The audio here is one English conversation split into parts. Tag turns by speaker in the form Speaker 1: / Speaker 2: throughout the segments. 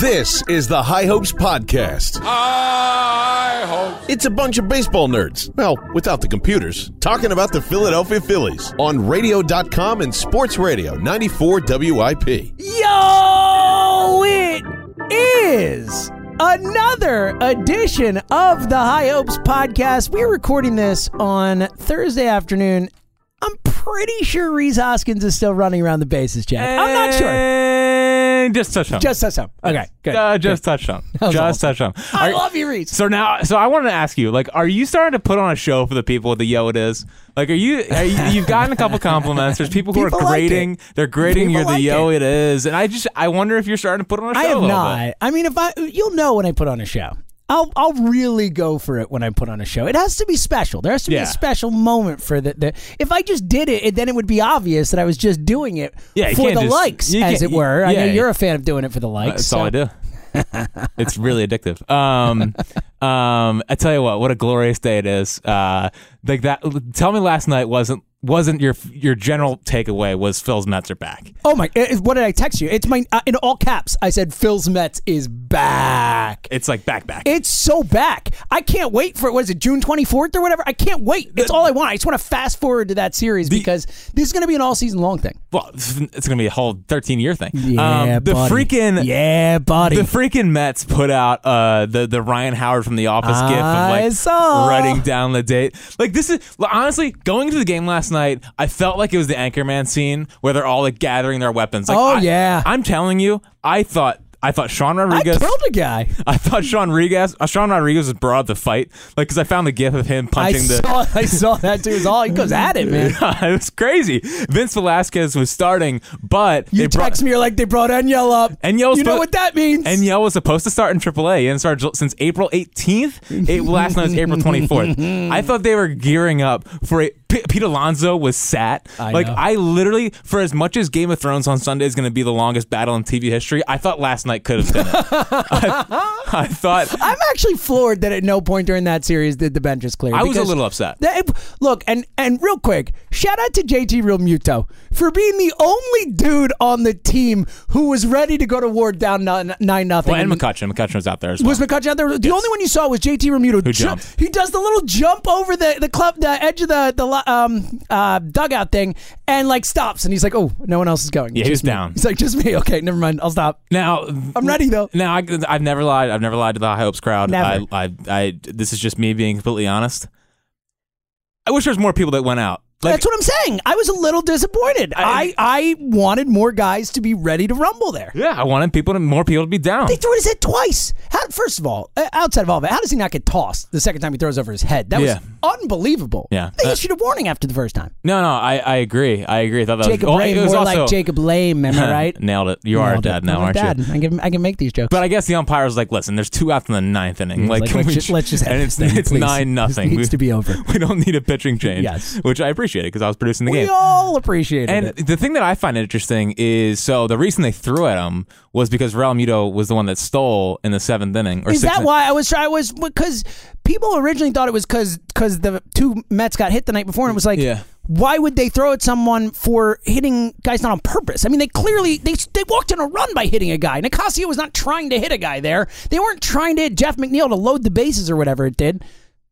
Speaker 1: This is the High Hopes Podcast.
Speaker 2: I hope.
Speaker 1: It's a bunch of baseball nerds, well, without the computers, talking about the Philadelphia Phillies on radio.com and sports radio 94 WIP.
Speaker 3: Yo, it is another edition of the High Hopes podcast. We're recording this on Thursday afternoon. I'm pretty sure Reese Hoskins is still running around the bases, Jack. I'm not sure.
Speaker 4: And just touch on.
Speaker 3: Just touchdown. Okay, good.
Speaker 4: uh, just touch on.
Speaker 3: was
Speaker 4: Just touch on.
Speaker 3: I love you, Reese.
Speaker 4: So now, so I wanted to ask you, like, are you starting to put on a show for the people with the yo it is? Like, are you, are you you've gotten a couple compliments. There's people who
Speaker 3: People
Speaker 4: are
Speaker 3: like it.
Speaker 4: grading, they're grading
Speaker 3: People
Speaker 4: you're the
Speaker 3: like
Speaker 4: yo it is, and I just, I wonder if you're starting to put on a show.
Speaker 3: I
Speaker 4: a
Speaker 3: have
Speaker 4: little
Speaker 3: not.
Speaker 4: bit.
Speaker 3: I mean, if I, you'll know when I put on a show. I'll I'll really go for it when I put on a show. It has to be special. There has to be
Speaker 4: Yeah.
Speaker 3: a special moment for the, the. If I just did it, it, then it would be obvious that I was just doing it
Speaker 4: Yeah, you
Speaker 3: for
Speaker 4: can't
Speaker 3: the
Speaker 4: just-
Speaker 3: likes,
Speaker 4: you
Speaker 3: as
Speaker 4: can't-
Speaker 3: it were. I
Speaker 4: yeah,
Speaker 3: know
Speaker 4: yeah.
Speaker 3: you're a fan of doing it for the likes.
Speaker 4: That's all I
Speaker 3: so-
Speaker 4: do. it's really addictive. Um, um, I tell you what, what a glorious day it is. Uh, like that. Tell me, last night wasn't wasn't your your general takeaway was Phil's Mets are back.
Speaker 3: Oh my! eh, eh, What did I text you? It's my uh, in all caps. I said Phil's Mets is back.
Speaker 4: It's like back back.
Speaker 3: It's so back. I can't wait for what is it, June twenty fourth or whatever. I can't wait. It's all I want. I just want to fast forward to that series because this is going to be an all season long thing.
Speaker 4: Well, it's gonna be a whole thirteen year thing.
Speaker 3: Yeah,
Speaker 4: um, the
Speaker 3: buddy.
Speaker 4: freaking
Speaker 3: yeah, buddy.
Speaker 4: the freaking Mets put out uh, the the Ryan Howard from The Office
Speaker 3: I
Speaker 4: gif of like
Speaker 3: saw.
Speaker 4: writing down the date. Like this is like, honestly going to the game last night. I felt like it was the Anchorman scene where they're all like gathering their weapons. Like,
Speaker 3: Oh,
Speaker 4: I-
Speaker 3: yeah.
Speaker 4: I'm telling you, I thought I thought Sean
Speaker 3: I
Speaker 4: Rodriguez.
Speaker 3: killed a guy.
Speaker 4: I thought Sean Rodriguez, uh, Sean Rodriguez was brought up to fight, like because I found the gif of him
Speaker 3: I
Speaker 4: punching the
Speaker 3: saw, I saw that dude. It was all he goes at it, man.
Speaker 4: it was crazy. Vince Velasquez was starting, but
Speaker 3: You
Speaker 4: they brought,
Speaker 3: text me, you're like, they brought Enyel up.
Speaker 4: Enyel's
Speaker 3: you know
Speaker 4: supposed-
Speaker 3: what that means.
Speaker 4: Enyel was supposed to start in AAA. He didn't start ju- since April 18th. It, last night was April 24th. I thought they were gearing up for a P- Pete Alonso was sat.
Speaker 3: I
Speaker 4: like
Speaker 3: know.
Speaker 4: I literally, for as much as Game of Thrones on Sunday is going to be the longest battle in TV history, I thought last night could have been it. I, I thought
Speaker 3: I'm actually floored that at no point during that series did the bench was clear.
Speaker 4: I was a
Speaker 3: because-
Speaker 4: little upset.
Speaker 3: That- look, and and real quick, shout out to JT Real Muto for being the only dude on the team who was ready to go to war down nine nothing.
Speaker 4: Well, and McCutcheon. McCutcheon was out there as well.
Speaker 3: Was McCutcheon out there? The only one you saw was JT Remuto. Who
Speaker 4: jumped.
Speaker 3: he does the little jump over the the club, the edge of the the lo- um, uh, dugout thing, and like stops, and he's like, "Oh, no one else is going."
Speaker 4: Yeah, he
Speaker 3: Just
Speaker 4: was
Speaker 3: me."
Speaker 4: down.
Speaker 3: He's like, "Just me." Okay, never mind. I'll stop.
Speaker 4: Now
Speaker 3: I'm ready, though.
Speaker 4: Now I, I've never lied. I've never lied to the High Hopes crowd.
Speaker 3: Never.
Speaker 4: I, I, I, this is just me being completely honest. I wish there was more people that went out. Like,
Speaker 3: That's what I'm saying. I was a little disappointed.
Speaker 4: I-
Speaker 3: I, I wanted more guys to be ready to rumble there.
Speaker 4: yeah, I wanted people to more people to be down.
Speaker 3: He threw at his head twice. How, first of all, uh, outside of all that, how does he not get tossed the second time he throws over his head? That
Speaker 4: Yeah.
Speaker 3: was unbelievable.
Speaker 4: Yeah.
Speaker 3: They
Speaker 4: Uh,
Speaker 3: issued a warning after the first time.
Speaker 4: No, no, I, I agree. I agree. I thought that
Speaker 3: Jacob
Speaker 4: was, oh,
Speaker 3: Lame,
Speaker 4: it was
Speaker 3: more
Speaker 4: also,
Speaker 3: like Jacob Lame, am I right?
Speaker 4: Nailed it. You are a
Speaker 3: Nailed it.
Speaker 4: dad now,
Speaker 3: I'm a
Speaker 4: aren't
Speaker 3: dad.
Speaker 4: you?
Speaker 3: I can, I can make these jokes.
Speaker 4: But I guess the umpire was like, "Listen, there's two outs in the ninth inning. Like,
Speaker 3: like,
Speaker 4: can
Speaker 3: let's
Speaker 4: we
Speaker 3: ju- let's just
Speaker 4: and
Speaker 3: end
Speaker 4: it's,
Speaker 3: this thing,
Speaker 4: it's
Speaker 3: please.
Speaker 4: nine nothing.
Speaker 3: This needs
Speaker 4: we,
Speaker 3: to be over.
Speaker 4: We don't need a pitching change.
Speaker 3: Yes.
Speaker 4: which I appreciated because I was producing the
Speaker 3: we
Speaker 4: game.
Speaker 3: all appreciated
Speaker 4: And
Speaker 3: it.
Speaker 4: the thing that I find interesting is so the reason they threw at him was because Real Muto was the one that stole in the seventh inning. Or
Speaker 3: Is
Speaker 4: sixth
Speaker 3: that
Speaker 4: in-
Speaker 3: why I was trying? Was because people originally thought it was because because the two Mets got hit the night before, and it was like,
Speaker 4: Yeah.
Speaker 3: why would they throw at someone for hitting guys not on purpose? I mean, they clearly they they walked in a run by hitting a guy. Nicasio was not trying to hit a guy there. They weren't trying to hit Jeff McNeil to load the bases or whatever it did.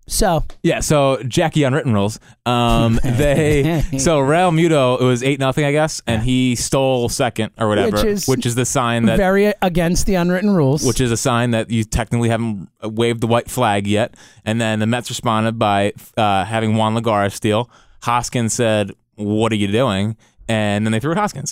Speaker 3: So
Speaker 4: Yeah, so Jackie unwritten rules. Um, they so Real Muto it was eight nothing, I guess, and he stole second or whatever,
Speaker 3: Which is
Speaker 4: the sign that
Speaker 3: very against the unwritten rules.
Speaker 4: which is a sign that you technically haven't waved the white flag yet. And then the Mets responded by uh, having Juan Lagara steal. Hoskins said, "What are you doing?" And then they threw at Hoskins.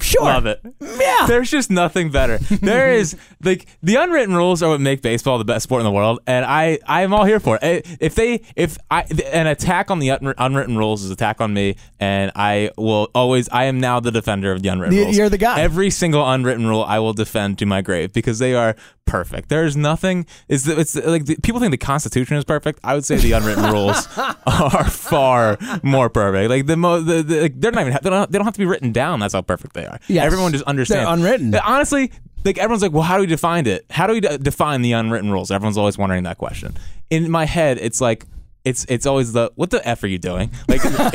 Speaker 3: sure,
Speaker 4: Love it.
Speaker 3: Yeah.
Speaker 4: There's just nothing better. There is like the unwritten rules are what make baseball the best sport in the world, and I I am all here for it. Eh, If they if I an attack on the unwr- unwritten rules is attack on me, and I will always I am now the defender of the unwritten
Speaker 3: You-
Speaker 4: rules.
Speaker 3: you're the guy.
Speaker 4: Every single unwritten rule I will defend to my grave because they are perfect. There is nothing is it's like the, people think the Constitution is perfect. I would say the unwritten rules are far more perfect. Like the mo the, the like, they're not even they don't, they don't have to be written down. That's how perfect they are.
Speaker 3: Yes.
Speaker 4: Everyone just understands.
Speaker 3: They're unwritten.
Speaker 4: Honestly, like everyone's like, well, how do we define it? How do we de- define the unwritten rules? Everyone's always wondering that question. In my head, it's like it's it's always the what the f are you doing? Like if if,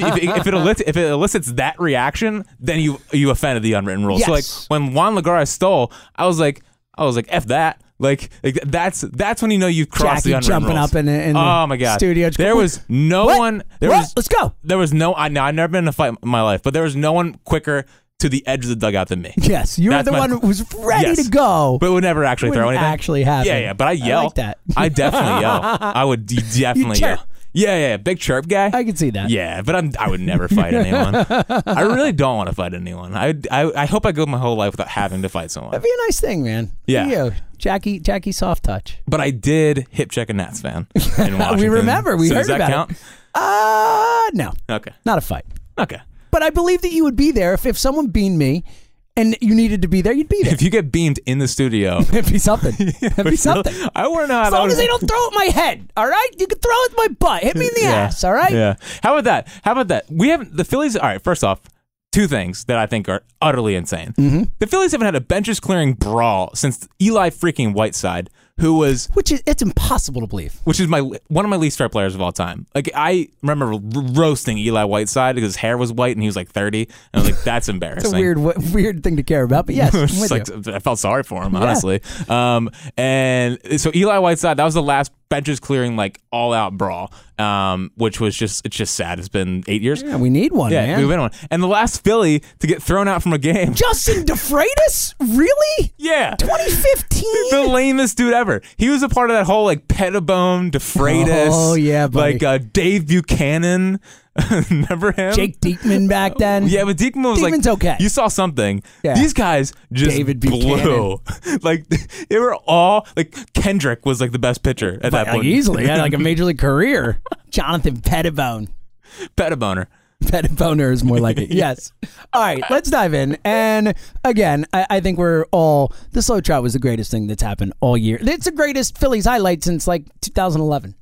Speaker 4: if, if, it, elicits, if it elicits that reaction, then you you offended the unwritten rules.
Speaker 3: Yes.
Speaker 4: So like when Juan Lagara stole, I was like I was like f that. Like, like that's that's when you know you've crossed
Speaker 3: Jackie
Speaker 4: the unwritten
Speaker 3: jumping
Speaker 4: rules.
Speaker 3: up in the- in the
Speaker 4: oh my god
Speaker 3: studio.
Speaker 4: There was no
Speaker 3: What?
Speaker 4: one. There
Speaker 3: What?
Speaker 4: was
Speaker 3: Let's go.
Speaker 4: There was no. I know I've never been in a fight in my life, but there was no one quicker to the edge of the dugout than me.
Speaker 3: Yes, you were
Speaker 4: That's
Speaker 3: the
Speaker 4: my-
Speaker 3: one who was ready
Speaker 4: Yes.
Speaker 3: to go.
Speaker 4: But would never actually throw
Speaker 3: Wouldn't
Speaker 4: anything.
Speaker 3: actually happen.
Speaker 4: Yeah, yeah. But I
Speaker 3: I
Speaker 4: yell.
Speaker 3: like that.
Speaker 4: I definitely yell. I would d- definitely
Speaker 3: chirp.
Speaker 4: yell. Yeah, yeah, yeah. Big chirp guy.
Speaker 3: I can see that.
Speaker 4: yeah, but I'm. I would never fight anyone. I really don't want to fight anyone. I, I. I hope I go my whole life without having to fight someone.
Speaker 3: That'd be a nice thing, man.
Speaker 4: Yeah.
Speaker 3: There you go. Jackie, Jackie, soft touch.
Speaker 4: But I did hip check a Nats fan in Washington.
Speaker 3: remember. We
Speaker 4: so
Speaker 3: heard
Speaker 4: does that
Speaker 3: about it.
Speaker 4: count?
Speaker 3: Uh, no,
Speaker 4: Okay.
Speaker 3: not a fight.
Speaker 4: Okay.
Speaker 3: But I believe that you would be there if, if someone beamed me and you needed to be there, you'd be there.
Speaker 4: If you get beamed in the studio,
Speaker 3: That'd be something. That'd be something.
Speaker 4: I want to know how
Speaker 3: As
Speaker 4: that
Speaker 3: long
Speaker 4: would-
Speaker 3: as they don't throw at my head, all right? You can throw at my butt. Hit me in the
Speaker 4: Yeah.
Speaker 3: ass, all right?
Speaker 4: Yeah. How about that? How about that? We haven't the Phillies. All right. First off, two things that I think are utterly insane.
Speaker 3: Mm-hmm.
Speaker 4: The Phillies haven't had a benches clearing brawl since Eli freaking Whiteside, who was
Speaker 3: Which is, it's impossible to believe.
Speaker 4: which is my one of my least fair players of all time. Like I remember r- roasting Eli Whiteside because his hair was white and he was like thirty, and I was like, that's embarrassing.
Speaker 3: It's a weird, wa- weird thing to care about, but yes, I'm
Speaker 4: It's
Speaker 3: with
Speaker 4: like,
Speaker 3: you.
Speaker 4: I felt sorry for him, honestly. Um, and so Eli Whiteside, that was the last benches clearing, like all out brawl, um, which was just it's just sad. It's been eight years.
Speaker 3: Yeah, we need one,
Speaker 4: Yeah,
Speaker 3: man.
Speaker 4: we win one. And the last Philly to get thrown out from a game.
Speaker 3: Justin DeFreitas? Really?
Speaker 4: Yeah.
Speaker 3: 2015?
Speaker 4: The lamest dude ever. He was a part of that whole like Pettibone, DeFreitas.
Speaker 3: Oh, yeah, buddy.
Speaker 4: like uh, Dave Buchanan. Remember him?
Speaker 3: Jake Diekman back then.
Speaker 4: Yeah, but Diekman was
Speaker 3: Diekman's
Speaker 4: like,
Speaker 3: okay.
Speaker 4: You saw something.
Speaker 3: Yeah.
Speaker 4: These guys just
Speaker 3: David
Speaker 4: blew. like they were all like Kendrick was like the best pitcher at that
Speaker 3: Like,
Speaker 4: point.
Speaker 3: easily. Had like a major league career. Jonathan Pettibone.
Speaker 4: Pettiboner.
Speaker 3: Pettiboner is more like it. Yes. All right, let's dive in. And again, I, I think we're all the slow trout was the greatest thing that's happened all year. It's the greatest Phillies highlight since like 2011.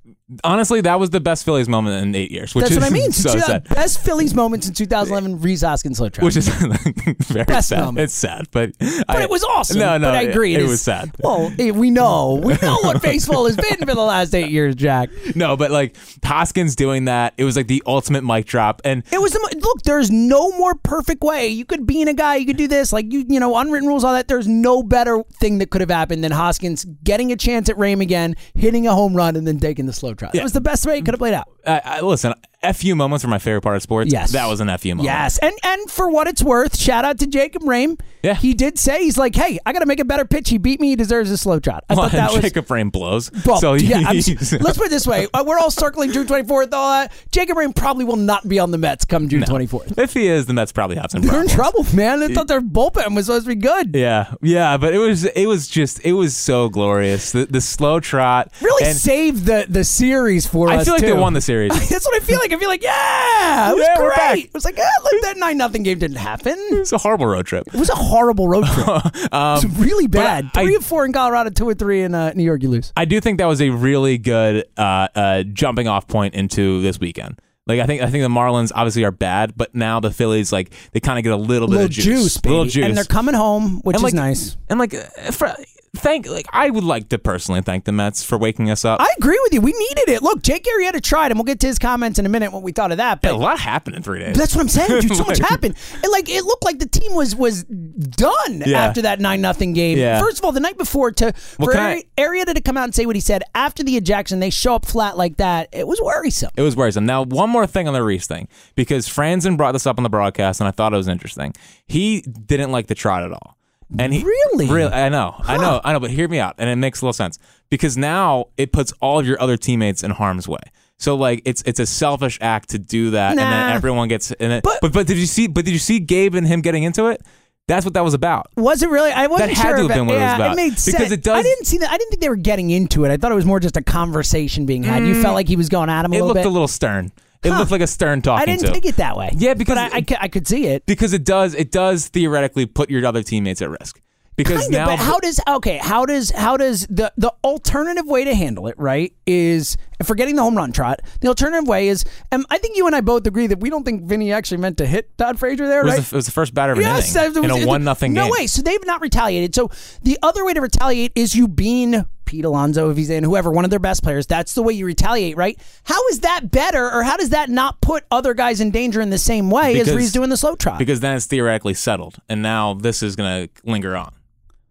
Speaker 4: Honestly, that was the best Phillies moment in eight years. Which
Speaker 3: That's
Speaker 4: is
Speaker 3: what I mean.
Speaker 4: So
Speaker 3: Two-
Speaker 4: sad.
Speaker 3: Best Phillies moments in 2011. Reese Hoskins slow trout.
Speaker 4: Which is very
Speaker 3: Best
Speaker 4: sad.
Speaker 3: moment.
Speaker 4: It's sad, but
Speaker 3: but it was awesome.
Speaker 4: No, no,
Speaker 3: but I
Speaker 4: it-
Speaker 3: agree.
Speaker 4: It,
Speaker 3: is-
Speaker 4: was sad.
Speaker 3: Well, eh, we know, we know what baseball has been for the last eight years, Jack.
Speaker 4: No, but like Hoskins doing that, it was like the ultimate mic drop, and
Speaker 3: It was the mo- look. There's no more perfect way. You could be in a guy. You could do this. Like you, you know, unwritten rules, all that. There's no better thing that could have happened than Hoskins getting a chance at Rame again, hitting a home run, and then taking the slow trot. That was the best way it could have played out.
Speaker 4: I, I, listen, fu moments are my favorite part of sports.
Speaker 3: Yes.
Speaker 4: that was an fu moment.
Speaker 3: Yes, and and for what it's worth, shout out to Jacob Rame.
Speaker 4: Yeah.
Speaker 3: he did say he's like, hey, I got to make a better pitch. He beat me. He deserves a slow trot. I
Speaker 4: Well,
Speaker 3: thought that
Speaker 4: and
Speaker 3: was
Speaker 4: Jacob Frame blows.
Speaker 3: Well,
Speaker 4: so
Speaker 3: yeah, I'm,
Speaker 4: he's-
Speaker 3: let's put it this way: Uh, we're all circling June 24th. All that. Jacob Rain probably will not be on the Mets come June 24th.
Speaker 4: if he is, then that's probably Hobson.
Speaker 3: They're in trouble, man. They thought their bullpen was supposed to be good.
Speaker 4: Yeah, yeah, but it was it was just it was so glorious. The, the slow trot
Speaker 3: Really
Speaker 4: and
Speaker 3: saved the the series for us.
Speaker 4: I feel like
Speaker 3: too.
Speaker 4: they won the series.
Speaker 3: That's what I feel like. I feel like, yeah, it was
Speaker 4: Yeah, we're
Speaker 3: great.
Speaker 4: back.
Speaker 3: It was like, ah, look, that nine nothing game didn't happen.
Speaker 4: It was a horrible road trip.
Speaker 3: It was a horrible road trip. it was really bad.
Speaker 4: Um, I-
Speaker 3: three and four in Colorado, two or three in uh, New York. You lose.
Speaker 4: I do think that was a really good uh, uh, jumping off point into this weekend. Like I think I think the Marlins obviously are bad, but now the Phillies like they kind of get a little, bit
Speaker 3: little
Speaker 4: of juice,
Speaker 3: baby.
Speaker 4: little juice,
Speaker 3: and they're coming home, which
Speaker 4: And,
Speaker 3: is
Speaker 4: like,
Speaker 3: nice.
Speaker 4: And like uh, for, thank like I would like to personally thank the Mets for waking us up.
Speaker 3: I agree with you. We needed it. Look, Jake Arrieta tried, and we'll get to his comments in a minute what we thought of that.
Speaker 4: a
Speaker 3: But
Speaker 4: lot happened in three days.
Speaker 3: that's what I'm saying, dude. So much
Speaker 4: Like-
Speaker 3: happened. And like it looked like the team was was done
Speaker 4: Yeah.
Speaker 3: after that nine nothing game.
Speaker 4: Yeah.
Speaker 3: First of all, the night before to for
Speaker 4: can I-
Speaker 3: Ari- Arrieta to come out and say what he said after the ejection, they show up flat like that. It was worrisome.
Speaker 4: It was worrisome. Now, one more thing on the Reese thing, because Franzen brought this up on the broadcast, and I thought it was interesting. He didn't like the trot at all, and he
Speaker 3: Really?
Speaker 4: really, I know, I know, I know. But hear me out, and it makes a little sense because now it puts all of your other teammates in harm's way. So like, it's it's a selfish act to do that, and
Speaker 3: Nah.
Speaker 4: then everyone gets in it.
Speaker 3: But-
Speaker 4: But, but did you see? But did you see Gabe and him getting into it? That's what that was about.
Speaker 3: Was it really? I wasn't
Speaker 4: That had
Speaker 3: sure.
Speaker 4: to have
Speaker 3: about-
Speaker 4: been what it was
Speaker 3: yeah,
Speaker 4: about.
Speaker 3: made
Speaker 4: Because
Speaker 3: sense.
Speaker 4: it does-
Speaker 3: I didn't see that. I didn't think they were getting into it. I thought it was more just a conversation being had. you felt like he was going at him a
Speaker 4: Mm. It
Speaker 3: little
Speaker 4: looked
Speaker 3: bit.
Speaker 4: a little stern. It
Speaker 3: Huh.
Speaker 4: looked like a stern talking
Speaker 3: I didn't
Speaker 4: to.
Speaker 3: take it that way.
Speaker 4: Yeah, because
Speaker 3: but I, I, cou- I could see it.
Speaker 4: because it does it does theoretically put your other teammates at risk. Because
Speaker 3: Kinda,
Speaker 4: now
Speaker 3: but how does okay? How does how does the the alternative way to handle it right is and forgetting the home run trot. The alternative way is, and I think you and I both agree that we don't think Vinny actually meant to hit Todd Frazier there,
Speaker 4: It was,
Speaker 3: right?
Speaker 4: the, it was the first batter of an
Speaker 3: Yes,
Speaker 4: inning
Speaker 3: that
Speaker 4: in
Speaker 3: was-
Speaker 4: a one nothing
Speaker 3: no
Speaker 4: game.
Speaker 3: way. So they've not retaliated. So the other way to retaliate is you bean Pete Alonso if he's in whoever one of their best players. That's the way you retaliate, right? How is that better, or how does that not put other guys in danger in the same way as
Speaker 4: Because-
Speaker 3: Reese doing the slow trot?
Speaker 4: because then it's theoretically settled, and now this is gonna linger on.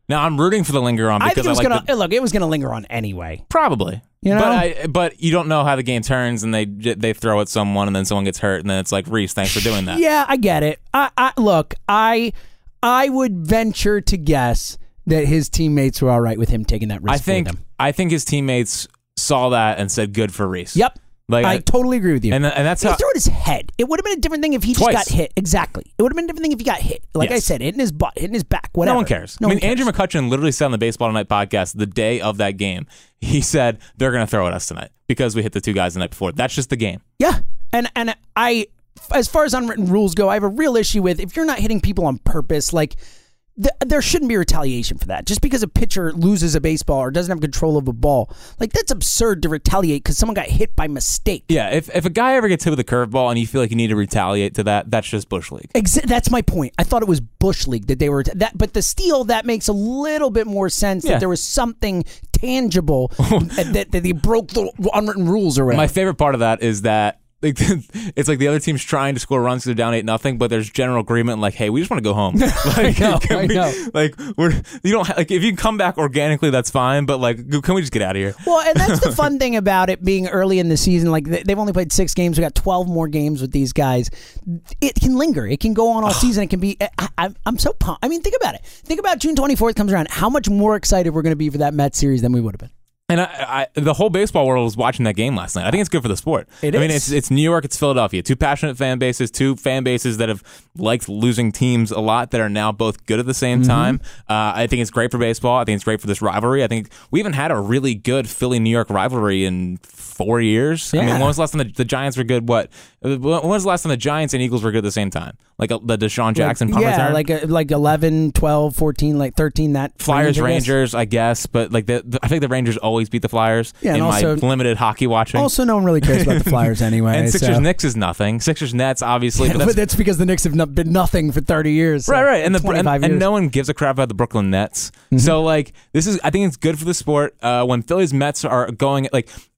Speaker 4: Now I'm rooting for the linger on
Speaker 3: I
Speaker 4: because
Speaker 3: think it
Speaker 4: I,
Speaker 3: was
Speaker 4: like
Speaker 3: gonna
Speaker 4: the,
Speaker 3: look. It was gonna linger on anyway.
Speaker 4: probably.
Speaker 3: You know?
Speaker 4: but I, but you don't know how the game turns, and they j- they throw at someone, and then someone gets hurt, and then it's like Reese, thanks for doing that.
Speaker 3: Yeah, I get it. I, I look, I I would venture to guess that his teammates were all right with him taking that risk.
Speaker 4: I
Speaker 3: for
Speaker 4: think
Speaker 3: them.
Speaker 4: I think his teammates saw that and said, "Good for Reese."
Speaker 3: Yep.
Speaker 4: Like
Speaker 3: I,
Speaker 4: I-
Speaker 3: totally agree with you.
Speaker 4: and th- and that's
Speaker 3: he
Speaker 4: how
Speaker 3: threw at his head. It would have been a different thing if he
Speaker 4: Twice.
Speaker 3: just got hit. Exactly. It would have been a different thing if he got hit. Like I
Speaker 4: Yes.
Speaker 3: said, hitting his butt, hitting his back, whatever.
Speaker 4: no one cares.
Speaker 3: No
Speaker 4: I mean,
Speaker 3: one cares.
Speaker 4: Andrew McCutcheon literally said on the Baseball Tonight podcast the day of that game, he said they're going to throw at us tonight because we hit the two guys the night before. That's just the game.
Speaker 3: Yeah, and and I, as far as unwritten rules go, I have a real issue with if you're not hitting people on purpose, like. th- There shouldn't be retaliation for that. Just because a pitcher loses a baseball or doesn't have control of a ball, like that's absurd to retaliate because someone got hit by mistake.
Speaker 4: Yeah, if, if a guy ever gets hit with a curveball and you feel like you need to retaliate to that, that's just bush league.
Speaker 3: Exa- that's my point. I thought it was bush league that they were that, but the steal that makes a little bit more sense
Speaker 4: Yeah.
Speaker 3: that there was something tangible that, that they broke the unwritten rules or whatever.
Speaker 4: My favorite part of that is that like, it's like the other team's trying to score runs because they're down eight nothing, but there's general agreement like, hey, we just want to go home. Like,
Speaker 3: know,
Speaker 4: can
Speaker 3: I
Speaker 4: we-
Speaker 3: know.
Speaker 4: like we're you don't ha- like if you can come back organically, that's fine. But like, can we just get out of here?
Speaker 3: Well, and that's the fun thing about it being early in the season. Like they- they've only played six games. We got twelve more games with these guys. It can linger. It can go on all season. It can be. I, I'm, I'm so pumped. I mean, think about it. Think about June 24th comes around. How much more excited we're going to be for that Mets series than we would have been.
Speaker 4: And I, I, the whole baseball world was watching that game last night. I think it's good for the sport.
Speaker 3: It
Speaker 4: I mean,
Speaker 3: is.
Speaker 4: it's it's New York, it's Philadelphia. Two passionate fan bases, two fan bases that have liked losing teams a lot that are now both good at the same
Speaker 3: Mm-hmm.
Speaker 4: time. Uh, I think it's great for baseball. I think it's great for this rivalry. I think we haven't had a really good Philly New York rivalry in four years. I mean,
Speaker 3: Yeah.
Speaker 4: when was the last time the, the Giants were good? What? When was the last time the Giants and Eagles were good at the same time? Like uh, the Deshaun Jackson punt
Speaker 3: yeah,
Speaker 4: return?
Speaker 3: like a, like 11, 12, 14, like 13. That
Speaker 4: Flyers,
Speaker 3: range, I guess.
Speaker 4: Rangers, I guess, but like the, the- I think the Rangers always beat the Flyers
Speaker 3: Yeah, and
Speaker 4: in
Speaker 3: also-
Speaker 4: my limited hockey watching.
Speaker 3: Also, no one really cares about the Flyers anyway.
Speaker 4: and Sixers
Speaker 3: so.
Speaker 4: Knicks is nothing. Sixers Nets, obviously, but
Speaker 3: But
Speaker 4: that's,
Speaker 3: that's because the Knicks have not been nothing for 30 years. so
Speaker 4: right, right. And the and,
Speaker 3: 25
Speaker 4: and
Speaker 3: years. Mm-hmm.
Speaker 4: no one gives a crap about the Brooklyn Nets. So like this is, I think it's good for the sport. Uh, when Phillies Mets are going like, f-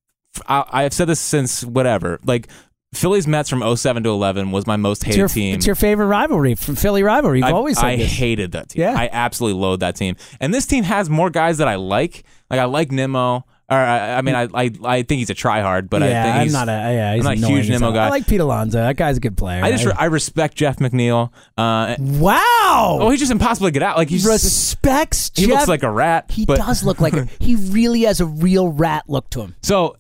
Speaker 4: I, have said this since whatever. Like Phillies Mets from 07 to 11 was my most hated
Speaker 3: it's your,
Speaker 4: team.
Speaker 3: it's your favorite rivalry, f- Philly rivalry. You've
Speaker 4: I,
Speaker 3: always said
Speaker 4: I
Speaker 3: this.
Speaker 4: hated that team.
Speaker 3: Yeah.
Speaker 4: I absolutely loathed that team. And this team has more guys that I like. Like I like Nimmo. Or I, I mean, I, I I think he's a tryhard, but I
Speaker 3: Mm. yeah,
Speaker 4: think
Speaker 3: I'm
Speaker 4: he's
Speaker 3: not a yeah. He's
Speaker 4: I'm not a
Speaker 3: annoying
Speaker 4: huge
Speaker 3: as
Speaker 4: Nimmo
Speaker 3: hell.
Speaker 4: guy.
Speaker 3: I like Pete Alonso. That guy's a good player.
Speaker 4: I just re- I respect Jeff McNeil. Uh, oh,
Speaker 3: wow.
Speaker 4: he's just impossible to get out. Like he's just,
Speaker 3: respects.
Speaker 4: he
Speaker 3: Jeff.
Speaker 4: looks like a rat.
Speaker 3: He
Speaker 4: but-
Speaker 3: does look like a, he really has a real rat look to him.
Speaker 4: So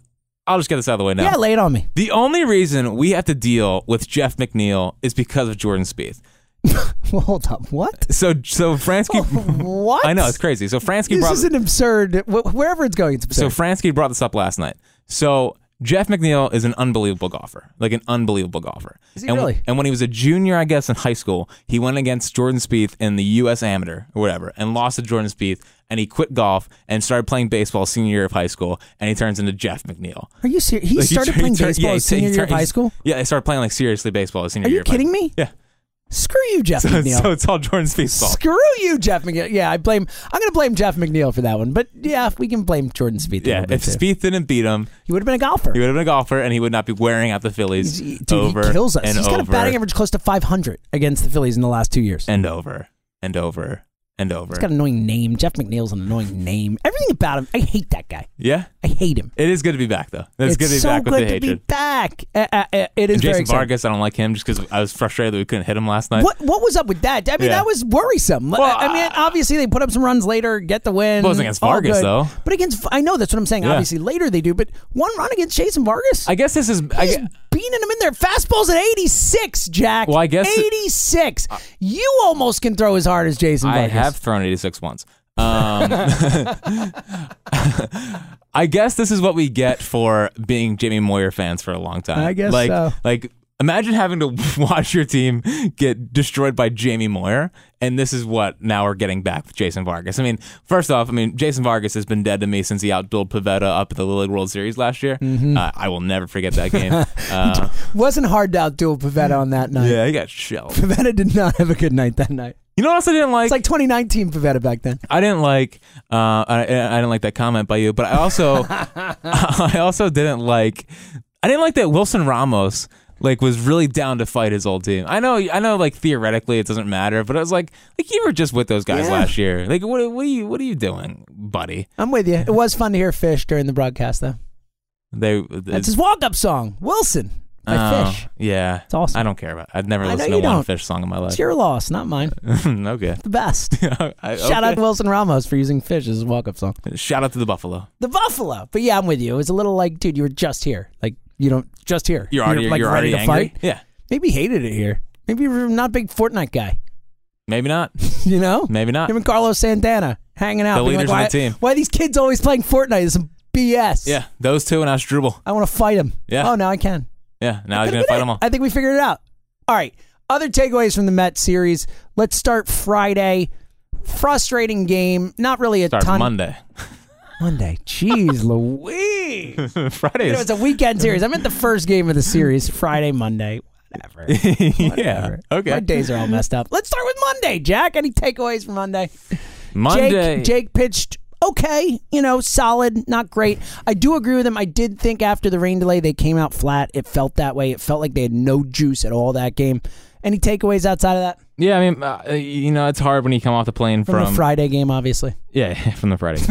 Speaker 4: I'll just get this out of the way now.
Speaker 3: Yeah, lay it on me.
Speaker 4: The only reason we have to deal with Jeff McNeil is because of Jordan Spieth.
Speaker 3: Well, hold up. What?
Speaker 4: So so Fransky.
Speaker 3: Oh, What?
Speaker 4: I know it's crazy. So Fransky
Speaker 3: This
Speaker 4: brought
Speaker 3: is an absurd. wh- Wherever it's going, it's
Speaker 4: So
Speaker 3: absurd.
Speaker 4: Fransky brought this up last night. So Jeff McNeil is an unbelievable golfer, like an unbelievable golfer.
Speaker 3: Is he
Speaker 4: and,
Speaker 3: really?
Speaker 4: And when he was a junior, I guess in high school, he went against Jordan Spieth in the U.S. Amateur or whatever, and lost to Jordan Spieth. And he quit golf and started playing baseball senior year of high school. And he turns into Jeff McNeil.
Speaker 3: Are you serious? He
Speaker 4: Like,
Speaker 3: started
Speaker 4: tur-
Speaker 3: playing
Speaker 4: tur-
Speaker 3: baseball
Speaker 4: yeah,
Speaker 3: his
Speaker 4: he- he
Speaker 3: senior year of
Speaker 4: tur-
Speaker 3: high
Speaker 4: he's-
Speaker 3: school.
Speaker 4: Yeah, I started playing like seriously baseball his senior
Speaker 3: Are
Speaker 4: year.
Speaker 3: you
Speaker 4: of high-
Speaker 3: kidding me?
Speaker 4: Yeah.
Speaker 3: Screw you, Jeff McNeil.
Speaker 4: so it's all Jordan Spieth's fault.
Speaker 3: Screw you, Jeff McNeil. Yeah, I blame. I'm going to blame Jeff McNeil for that one. But yeah, we can blame Jordan Spieth. a
Speaker 4: Yeah,
Speaker 3: little bit
Speaker 4: if
Speaker 3: too.
Speaker 4: Spieth didn't beat him,
Speaker 3: he would have been a golfer.
Speaker 4: he would have been a golfer, and he would not be wearing out the Phillies
Speaker 3: Dude,
Speaker 4: over
Speaker 3: he kills us.
Speaker 4: and
Speaker 3: He's got a
Speaker 4: over.
Speaker 3: batting average close to 500 against the Phillies in the last two years.
Speaker 4: and over and over and over.
Speaker 3: He's got an annoying name. Jeff McNeil's an annoying name. Everything about him, I hate that guy.
Speaker 4: yeah,
Speaker 3: I hate him.
Speaker 4: it is good to be back though. It's, good to be
Speaker 3: so
Speaker 4: back
Speaker 3: good
Speaker 4: with the
Speaker 3: to
Speaker 4: hatred.
Speaker 3: be back. Uh, uh, uh, it is
Speaker 4: And
Speaker 3: very
Speaker 4: Jason
Speaker 3: exciting.
Speaker 4: Vargas, I don't like him just because I was frustrated that we couldn't hit him last night.
Speaker 3: What what was up with that? I mean,
Speaker 4: Yeah.
Speaker 3: that was worrisome.
Speaker 4: Well,
Speaker 3: I mean, obviously they put up some runs later, get the win.
Speaker 4: It wasn't against
Speaker 3: all
Speaker 4: Vargas,
Speaker 3: good.
Speaker 4: though.
Speaker 3: But against, I know that's what I'm saying.
Speaker 4: Yeah.
Speaker 3: Obviously later they do, but one run against Jason Vargas.
Speaker 4: I guess this is. I,
Speaker 3: He's
Speaker 4: gue-
Speaker 3: beating him in there. Fastballs at 86, Jack.
Speaker 4: Well, I guess- Uh,
Speaker 3: 86. you almost can throw as hard as Jason
Speaker 4: I
Speaker 3: Vargas.
Speaker 4: have thrown 86 once. Um, I guess this is what we get for being Jimmy Moyer fans for a long time.
Speaker 3: I guess
Speaker 4: like,
Speaker 3: so.
Speaker 4: Like, imagine having to watch your team get destroyed by Jamie Moyer And this is what now we're getting back with Jason Vargas. I mean, first off, I mean, Jason Vargas has been dead to me since he outdueled Pavetta up at the Little League World Series last year.
Speaker 3: Mm-hmm.
Speaker 4: Uh, I will never forget that game. uh,
Speaker 3: Wasn't hard to outduel Pavetta on that night.
Speaker 4: yeah, he got shelled.
Speaker 3: Pavetta did not have a good night that night.
Speaker 4: You know what else I didn't like?
Speaker 3: It's like 2019 Pavetta back then.
Speaker 4: I didn't like uh, I, I didn't like that comment by you, but I also I also didn't like I didn't like that Wilson Ramos like was really down to fight his old team. I know I know like theoretically it doesn't matter, but I was like like you were just with those guys
Speaker 3: Yeah.
Speaker 4: last year. Like what what are you what are you doing, buddy?
Speaker 3: I'm with you. It was fun to hear Fish during the broadcast, though.
Speaker 4: They
Speaker 3: That's his walk-up song, Wilson by
Speaker 4: oh,
Speaker 3: Fish.
Speaker 4: Yeah.
Speaker 3: It's awesome.
Speaker 4: I don't care about. I've never
Speaker 3: I know
Speaker 4: listened to
Speaker 3: you
Speaker 4: one
Speaker 3: don't.
Speaker 4: Fish song in my
Speaker 3: It's
Speaker 4: life.
Speaker 3: your loss, not mine.
Speaker 4: okay.
Speaker 3: The best.
Speaker 4: I- I-
Speaker 3: Shout out
Speaker 4: okay.
Speaker 3: to Wilson Ramos for using Fish as his walk-up song.
Speaker 4: Shout out to the Buffalo.
Speaker 3: The Buffalo. But yeah, I'm with you. It was a little like, dude, you were just here. Like, you don't just here.
Speaker 4: You're already
Speaker 3: like,
Speaker 4: you're
Speaker 3: ready
Speaker 4: already
Speaker 3: to
Speaker 4: angry.
Speaker 3: fight.
Speaker 4: Yeah.
Speaker 3: Maybe hated it here. Maybe you're not a big Fortnite guy.
Speaker 4: Maybe not.
Speaker 3: You know?
Speaker 4: Maybe not.
Speaker 3: Him and Carlos Santana hanging out.
Speaker 4: The
Speaker 3: being
Speaker 4: leaders of
Speaker 3: like,
Speaker 4: the
Speaker 3: why,
Speaker 4: team.
Speaker 3: Why are these kids always playing Fortnite? It's some BS.
Speaker 4: Yeah, those two and Asdrubal.
Speaker 3: I want to fight him.
Speaker 4: Yeah.
Speaker 3: Oh, now I can.
Speaker 4: Yeah, now he's gonna fight them all.
Speaker 3: I think we figured it out. All right. Other takeaways from the Mets series. Let's start Friday. Frustrating game. Not really a
Speaker 4: Start
Speaker 3: ton.
Speaker 4: Monday,
Speaker 3: Monday. Jeez Louise.
Speaker 4: Friday.
Speaker 3: You know,
Speaker 4: Is,
Speaker 3: it's a weekend series. I'm at the first game of the series, Friday, Monday. Whatever.
Speaker 4: yeah,
Speaker 3: Whatever. My
Speaker 4: okay.
Speaker 3: days are all messed up. Let's start with Monday, Jack. Any takeaways from Monday?
Speaker 4: Monday.
Speaker 3: Jake, Jake pitched okay, you know, solid, not great. I do agree with him. I did think after the rain delay, they came out flat. It felt that way. It felt like they had no juice at all that game. Any takeaways outside of that?
Speaker 4: Yeah, I mean, uh, you know, it's hard when you come off the plane
Speaker 3: From,
Speaker 4: from,
Speaker 3: the Friday game, obviously.
Speaker 4: yeah, from the Friday.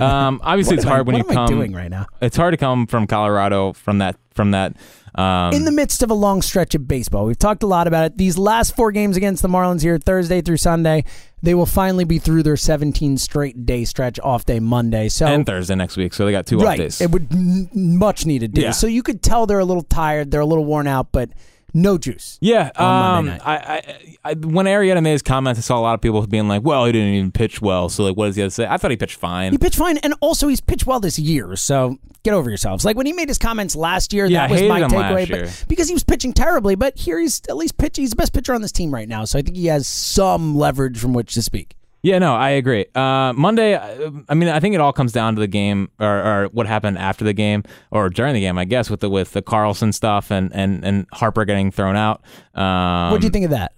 Speaker 4: um, obviously, it's
Speaker 3: What am I-
Speaker 4: hard when you
Speaker 3: what am I
Speaker 4: come.
Speaker 3: doing right now?
Speaker 4: It's hard to come from Colorado from that from that. Um,
Speaker 3: in the midst of a long stretch of baseball. We've talked a lot about it. These last four games against the Marlins here, Thursday through Sunday, they will finally be through their 17 straight day stretch off day Monday. So
Speaker 4: and Thursday next week, so they got two
Speaker 3: right,
Speaker 4: off days.
Speaker 3: it would n- much needed days.
Speaker 4: Yeah.
Speaker 3: So you could tell they're a little tired, they're a little worn out, but no juice.
Speaker 4: Yeah,
Speaker 3: on
Speaker 4: um,
Speaker 3: Monday
Speaker 4: I, I, I, when Arietta made his comments, I saw a lot of people being like, "Well, he didn't even pitch well." So, like, what does he have to say? I thought he pitched fine.
Speaker 3: He pitched fine, and also he's pitched well this year. So get over yourselves. Like when he made his comments last year,
Speaker 4: Yeah, I
Speaker 3: that was
Speaker 4: hated
Speaker 3: my
Speaker 4: him last
Speaker 3: takeaway.
Speaker 4: year.
Speaker 3: But because he was pitching terribly, but here he's at least pitching. He's the best pitcher on this team right now, so I think he has some leverage from which to speak.
Speaker 4: Yeah, no, I agree. Uh, Monday, I I mean, I think it all comes down to the game or, or what happened after the game or during the game, I guess, with the with the Carlson stuff and and, and Harper getting thrown out. Um,
Speaker 3: what do you think of that?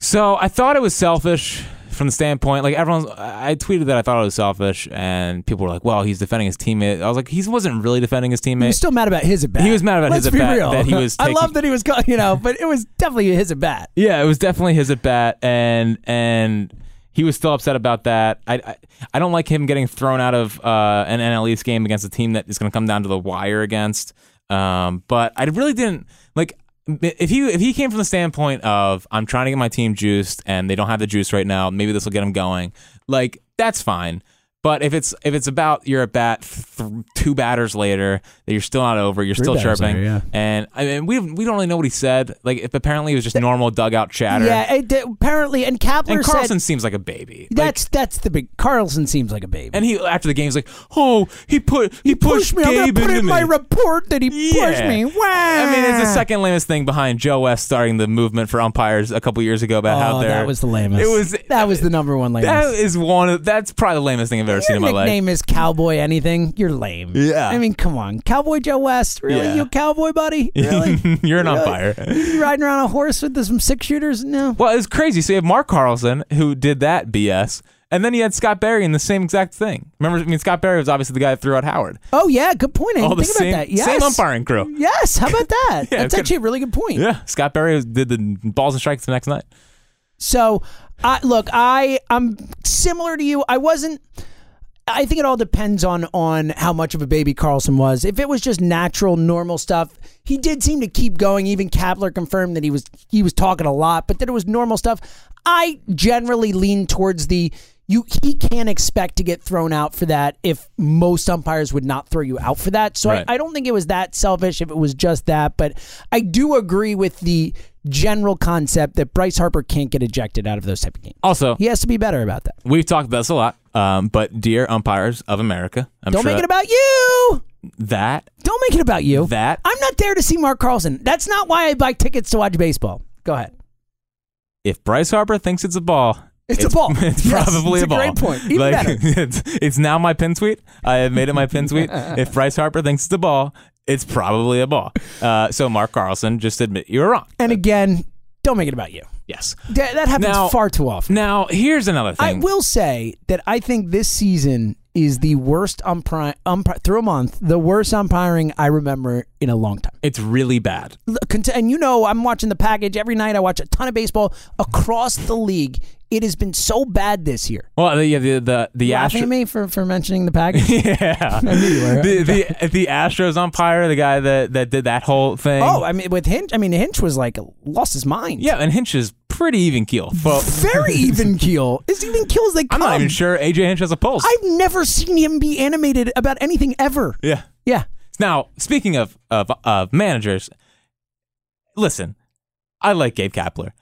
Speaker 4: So I thought it was selfish from the standpoint, like everyone's. I I tweeted that I thought it was selfish, and people were like, "Well, he's defending his teammate." I was like, "He wasn't really defending his
Speaker 3: He
Speaker 4: teammate."
Speaker 3: was still mad about his at bat.
Speaker 4: eh, He was mad about
Speaker 3: Let's
Speaker 4: his
Speaker 3: be
Speaker 4: at-bat,
Speaker 3: real.
Speaker 4: that he was
Speaker 3: I
Speaker 4: taking-
Speaker 3: love that he was, go- you know, but it was definitely his at bat.
Speaker 4: Yeah, it was definitely his at bat, and and he was still upset about that. I, I I don't like him getting thrown out of uh, an NL East game against a team that is going to come down to the wire against. Um, but I really didn't like if he if he came from the standpoint of I'm trying to get my team juiced and they don't have the juice right now. Maybe this will get them going. Like that's fine. But if it's if it's about you're at bat th- two batters later that you're still not over, you're still
Speaker 3: batters
Speaker 4: chirping,
Speaker 3: later, yeah.
Speaker 4: and I mean we we don't really know what he said. Like if apparently it was just normal dugout chatter.
Speaker 3: Yeah, it, apparently. And Kapler
Speaker 4: and Carlson
Speaker 3: said
Speaker 4: seems like a baby. Like,
Speaker 3: that's that's the big. Carlson seems like a baby.
Speaker 4: and he after the game he's like, oh, he put he,
Speaker 3: pushed
Speaker 4: pushed
Speaker 3: me. I'm
Speaker 4: Gabe
Speaker 3: gonna put
Speaker 4: into
Speaker 3: in
Speaker 4: me.
Speaker 3: my report that he pushed
Speaker 4: Yeah.
Speaker 3: me. Wow.
Speaker 4: I mean, it's the second lamest thing behind Joe West starting the movement for umpires a couple years ago about
Speaker 3: Oh,
Speaker 4: how they're
Speaker 3: that was the lamest.
Speaker 4: It was
Speaker 3: that was the number one lamest.
Speaker 4: that is one of that's probably the lamest thing I've ever seen
Speaker 3: Your
Speaker 4: in my life.
Speaker 3: nickname is Cowboy Anything. You're lame.
Speaker 4: Yeah.
Speaker 3: I mean, come on, Cowboy Joe West. Really,
Speaker 4: Yeah.
Speaker 3: you a cowboy buddy? Really?
Speaker 4: You're an
Speaker 3: Really?
Speaker 4: umpire.
Speaker 3: You riding around a horse with some six shooters? No.
Speaker 4: Well, it's crazy. So you have Mark Carlson who did that BS, and then you had Scott Barry in the same exact thing. Remember, I mean, Scott Barry was obviously the guy that threw out Howard.
Speaker 3: Oh yeah, good point. I
Speaker 4: All
Speaker 3: didn't
Speaker 4: the
Speaker 3: think
Speaker 4: same,
Speaker 3: about that. Yes.
Speaker 4: same umpiring crew.
Speaker 3: Yes, how about that?
Speaker 4: Yeah,
Speaker 3: That's
Speaker 4: it's good.
Speaker 3: actually a really good point.
Speaker 4: Yeah, Scott Barry was- did the balls and strikes the next night.
Speaker 3: So, I look, I I'm similar to you. I wasn't. I think it all depends on on how much of a baby Carlson was. If it was just natural, normal stuff, he did seem to keep going. Even Kapler confirmed that he was he was talking a lot, but that it was normal stuff. I generally lean towards the you he can't expect to get thrown out for that if most umpires would not throw you out for that. So
Speaker 4: Right.
Speaker 3: I, I don't think it was that selfish if it was just that, but I do agree with the general concept that Bryce Harper can't get ejected out of those type of games.
Speaker 4: Also,
Speaker 3: He has to be better about that.
Speaker 4: we've talked about this a lot, um, but dear umpires of America, I'm
Speaker 3: Don't
Speaker 4: sure
Speaker 3: make it about you.
Speaker 4: that
Speaker 3: Don't make it about you.
Speaker 4: that
Speaker 3: I'm not there to see Mark Carlson. That's not why I buy tickets to watch baseball. Go ahead.
Speaker 4: if Bryce Harper thinks it's a ball,
Speaker 3: It's a ball.
Speaker 4: It's
Speaker 3: Yes,
Speaker 4: probably
Speaker 3: it's a
Speaker 4: a ball.
Speaker 3: great point. Even
Speaker 4: like
Speaker 3: better.
Speaker 4: it's, it's now my pin tweet. I have made it my pin tweet. If Bryce Harper thinks it's a ball, it's probably a ball. Uh, so Mark Carlson, just admit you were wrong.
Speaker 3: And again, don't make it about you.
Speaker 4: Yes.
Speaker 3: That, that happens
Speaker 4: Now-
Speaker 3: far too often.
Speaker 4: Now here's another
Speaker 3: I
Speaker 4: thing.
Speaker 3: will say that I think this season is the worst umpire, umpire through a month, the worst umpiring I remember in a long time.
Speaker 4: it's really bad.
Speaker 3: Look, cont- And you know, I'm watching the package every night. I watch a ton of baseball across the league. It has been so bad this year.
Speaker 4: Well, the yeah, the the, the
Speaker 3: Laughing
Speaker 4: Astro-
Speaker 3: at me for, for mentioning the package.
Speaker 4: yeah. the, the the Astros umpire, the guy that, that did that whole thing.
Speaker 3: oh, I mean, with Hinch, I mean, Hinch was like lost his mind.
Speaker 4: yeah, and Hinch is pretty even keel. But
Speaker 3: very even keel. It's even keel as they
Speaker 4: I'm
Speaker 3: come.
Speaker 4: not even sure AJ Hinch has a pulse.
Speaker 3: I've never seen him be animated about anything ever.
Speaker 4: yeah.
Speaker 3: Yeah.
Speaker 4: Now, speaking of of, of managers, listen, I like Gabe Kapler.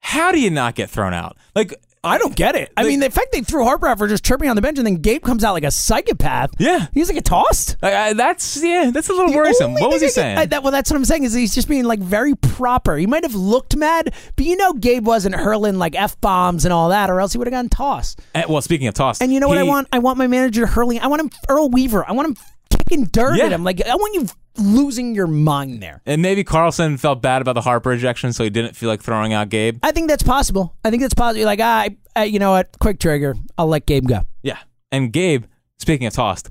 Speaker 4: How do you not get thrown out? Like,
Speaker 3: I don't get it. I
Speaker 4: They-
Speaker 3: mean, the fact they threw Harper out for just chirping on the bench, and then Gabe comes out like a psychopath.
Speaker 4: Yeah.
Speaker 3: he's like a tossed.
Speaker 4: I, I, that's yeah, that's a little
Speaker 3: The
Speaker 4: worrisome.
Speaker 3: only
Speaker 4: What was he
Speaker 3: thing I can-
Speaker 4: saying?
Speaker 3: I- that, well, that's what I'm saying is he's just being like very proper. He might have looked mad, but you know, Gabe wasn't hurling like f bombs and all that, or else he would have gotten tossed.
Speaker 4: Eh, well, speaking of toss,
Speaker 3: And you know what I
Speaker 4: he-
Speaker 3: want? I want my manager hurling. I want him Earl Weaver. I want him kicking dirt
Speaker 4: Yeah.
Speaker 3: at him. Like I want you losing your mind there.
Speaker 4: And maybe Carlson felt bad about the Harper ejection, so he didn't feel like throwing out Gabe.
Speaker 3: I think that's possible. I think that's possible. Like ah, I, I, you know what? Quick trigger. I'll let Gabe go.
Speaker 4: Yeah. And Gabe, speaking of tossed,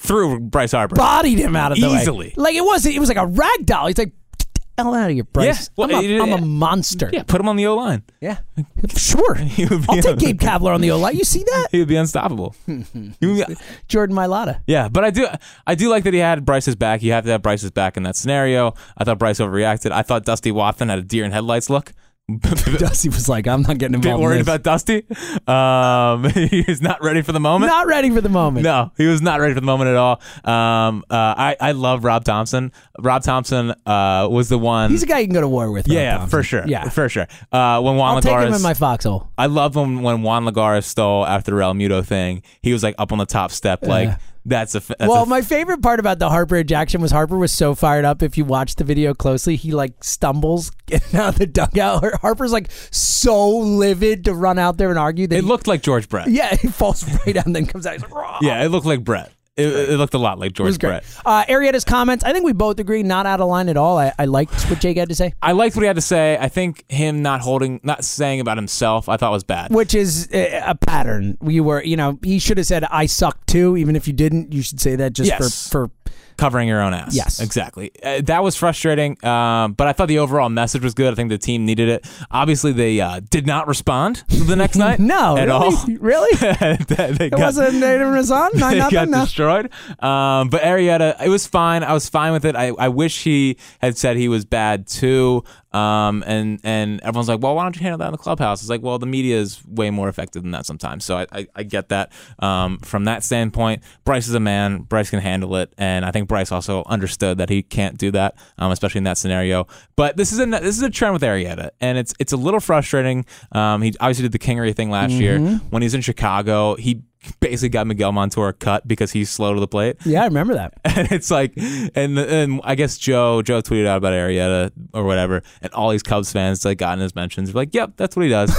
Speaker 4: threw Bryce Harper.
Speaker 3: bodied him out of the way.
Speaker 4: Easily.
Speaker 3: Like it wasn't. It was like a rag doll. He's like, "Get the hell out of here, Bryce.
Speaker 4: Yeah, well,
Speaker 3: I'm, a,
Speaker 4: it-
Speaker 3: I'm a monster.
Speaker 4: yeah, put him on the O line.
Speaker 3: Yeah. Sure.
Speaker 4: would be
Speaker 3: I'll take
Speaker 4: on-
Speaker 3: Gabe Kavler on the O line. You see that?
Speaker 4: He would be unstoppable. He would be-
Speaker 3: Jordan Mailata.
Speaker 4: yeah, but I do, I do like that he had Bryce's back. You have to have Bryce's back in that scenario. I thought Bryce overreacted. I thought Dusty Watson had a deer in headlights look. Bit
Speaker 3: Dusty was like, I'm not getting involved. in
Speaker 4: worried
Speaker 3: this.
Speaker 4: about Dusty. Um, he was not ready for the moment.
Speaker 3: Not ready for the moment.
Speaker 4: No, he was not ready for the moment at all. Um, uh, I, I love Rob Thompson. Rob Thompson uh, was the one.
Speaker 3: He's a guy you can go to war with.
Speaker 4: yeah,
Speaker 3: Rob
Speaker 4: yeah,
Speaker 3: Thompson.
Speaker 4: for sure.
Speaker 3: Yeah.
Speaker 4: for sure. Uh, when Juan
Speaker 3: I'll take him
Speaker 4: Lagares-
Speaker 3: in my foxhole.
Speaker 4: I love when when Juan Lagares stole after the Real Muto thing. He was like up on the top step, like that's a f- that's
Speaker 3: Well,
Speaker 4: a,
Speaker 3: my favorite part about the Harper ejection was Harper was so fired up. If you watch the video closely, he like stumbles getting out of the dugout. Harper's like so livid to run out there and argue that
Speaker 4: it
Speaker 3: he-
Speaker 4: looked like George Brett. Yeah,
Speaker 3: Yeah, he falls right down, then comes out. He's like, "Rah."
Speaker 4: it looked like Brett. It, it looked a lot like
Speaker 3: It was
Speaker 4: George
Speaker 3: great.
Speaker 4: Brett.
Speaker 3: Uh, Arietta's comments. I think we both agree, not out of line at all. I, I liked what Jake had to say,
Speaker 4: I liked what he had to say. I think him not holding, not saying about himself, I thought was bad.
Speaker 3: which is uh, a pattern. We were, you know, he should have said, "I suck too," even if you didn't. You should say that just
Speaker 4: Yes.
Speaker 3: for for
Speaker 4: covering your own ass.
Speaker 3: Yes.
Speaker 4: exactly. Uh, that was frustrating, um, but I thought the overall message was good. I think the team needed it. Obviously, they uh, did not respond the next night.
Speaker 3: no
Speaker 4: at
Speaker 3: really?
Speaker 4: all.
Speaker 3: Really, it
Speaker 4: They- they got-
Speaker 3: wasn't they didn't respond? Nine
Speaker 4: they
Speaker 3: nothing.
Speaker 4: got
Speaker 3: No.
Speaker 4: destroyed. Um, but Arietta, it was fine. I was fine with it. I, I wish he had said he was bad too. Um, and and everyone's like, well, why don't you handle that in the clubhouse? It's like, well, the media is way more effective than that sometimes. So I, I, I get that um, from that standpoint. Bryce is a man. Bryce can handle it, and I think Bryce also understood that he can't do that, um, especially in that scenario. But this is a this is a trend with Arietta, and it's it's a little frustrating. Um, he obviously did the Kingery thing last year
Speaker 3: Mm-hmm.
Speaker 4: when he was in Chicago. He basically got Miguel Montour cut because he's slow to the plate.
Speaker 3: Yeah, I remember that.
Speaker 4: And it's like, and and I guess Joe Joe tweeted out about Arietta or whatever, and all these Cubs fans like got in his mentions. They're like, yep, that's what he does.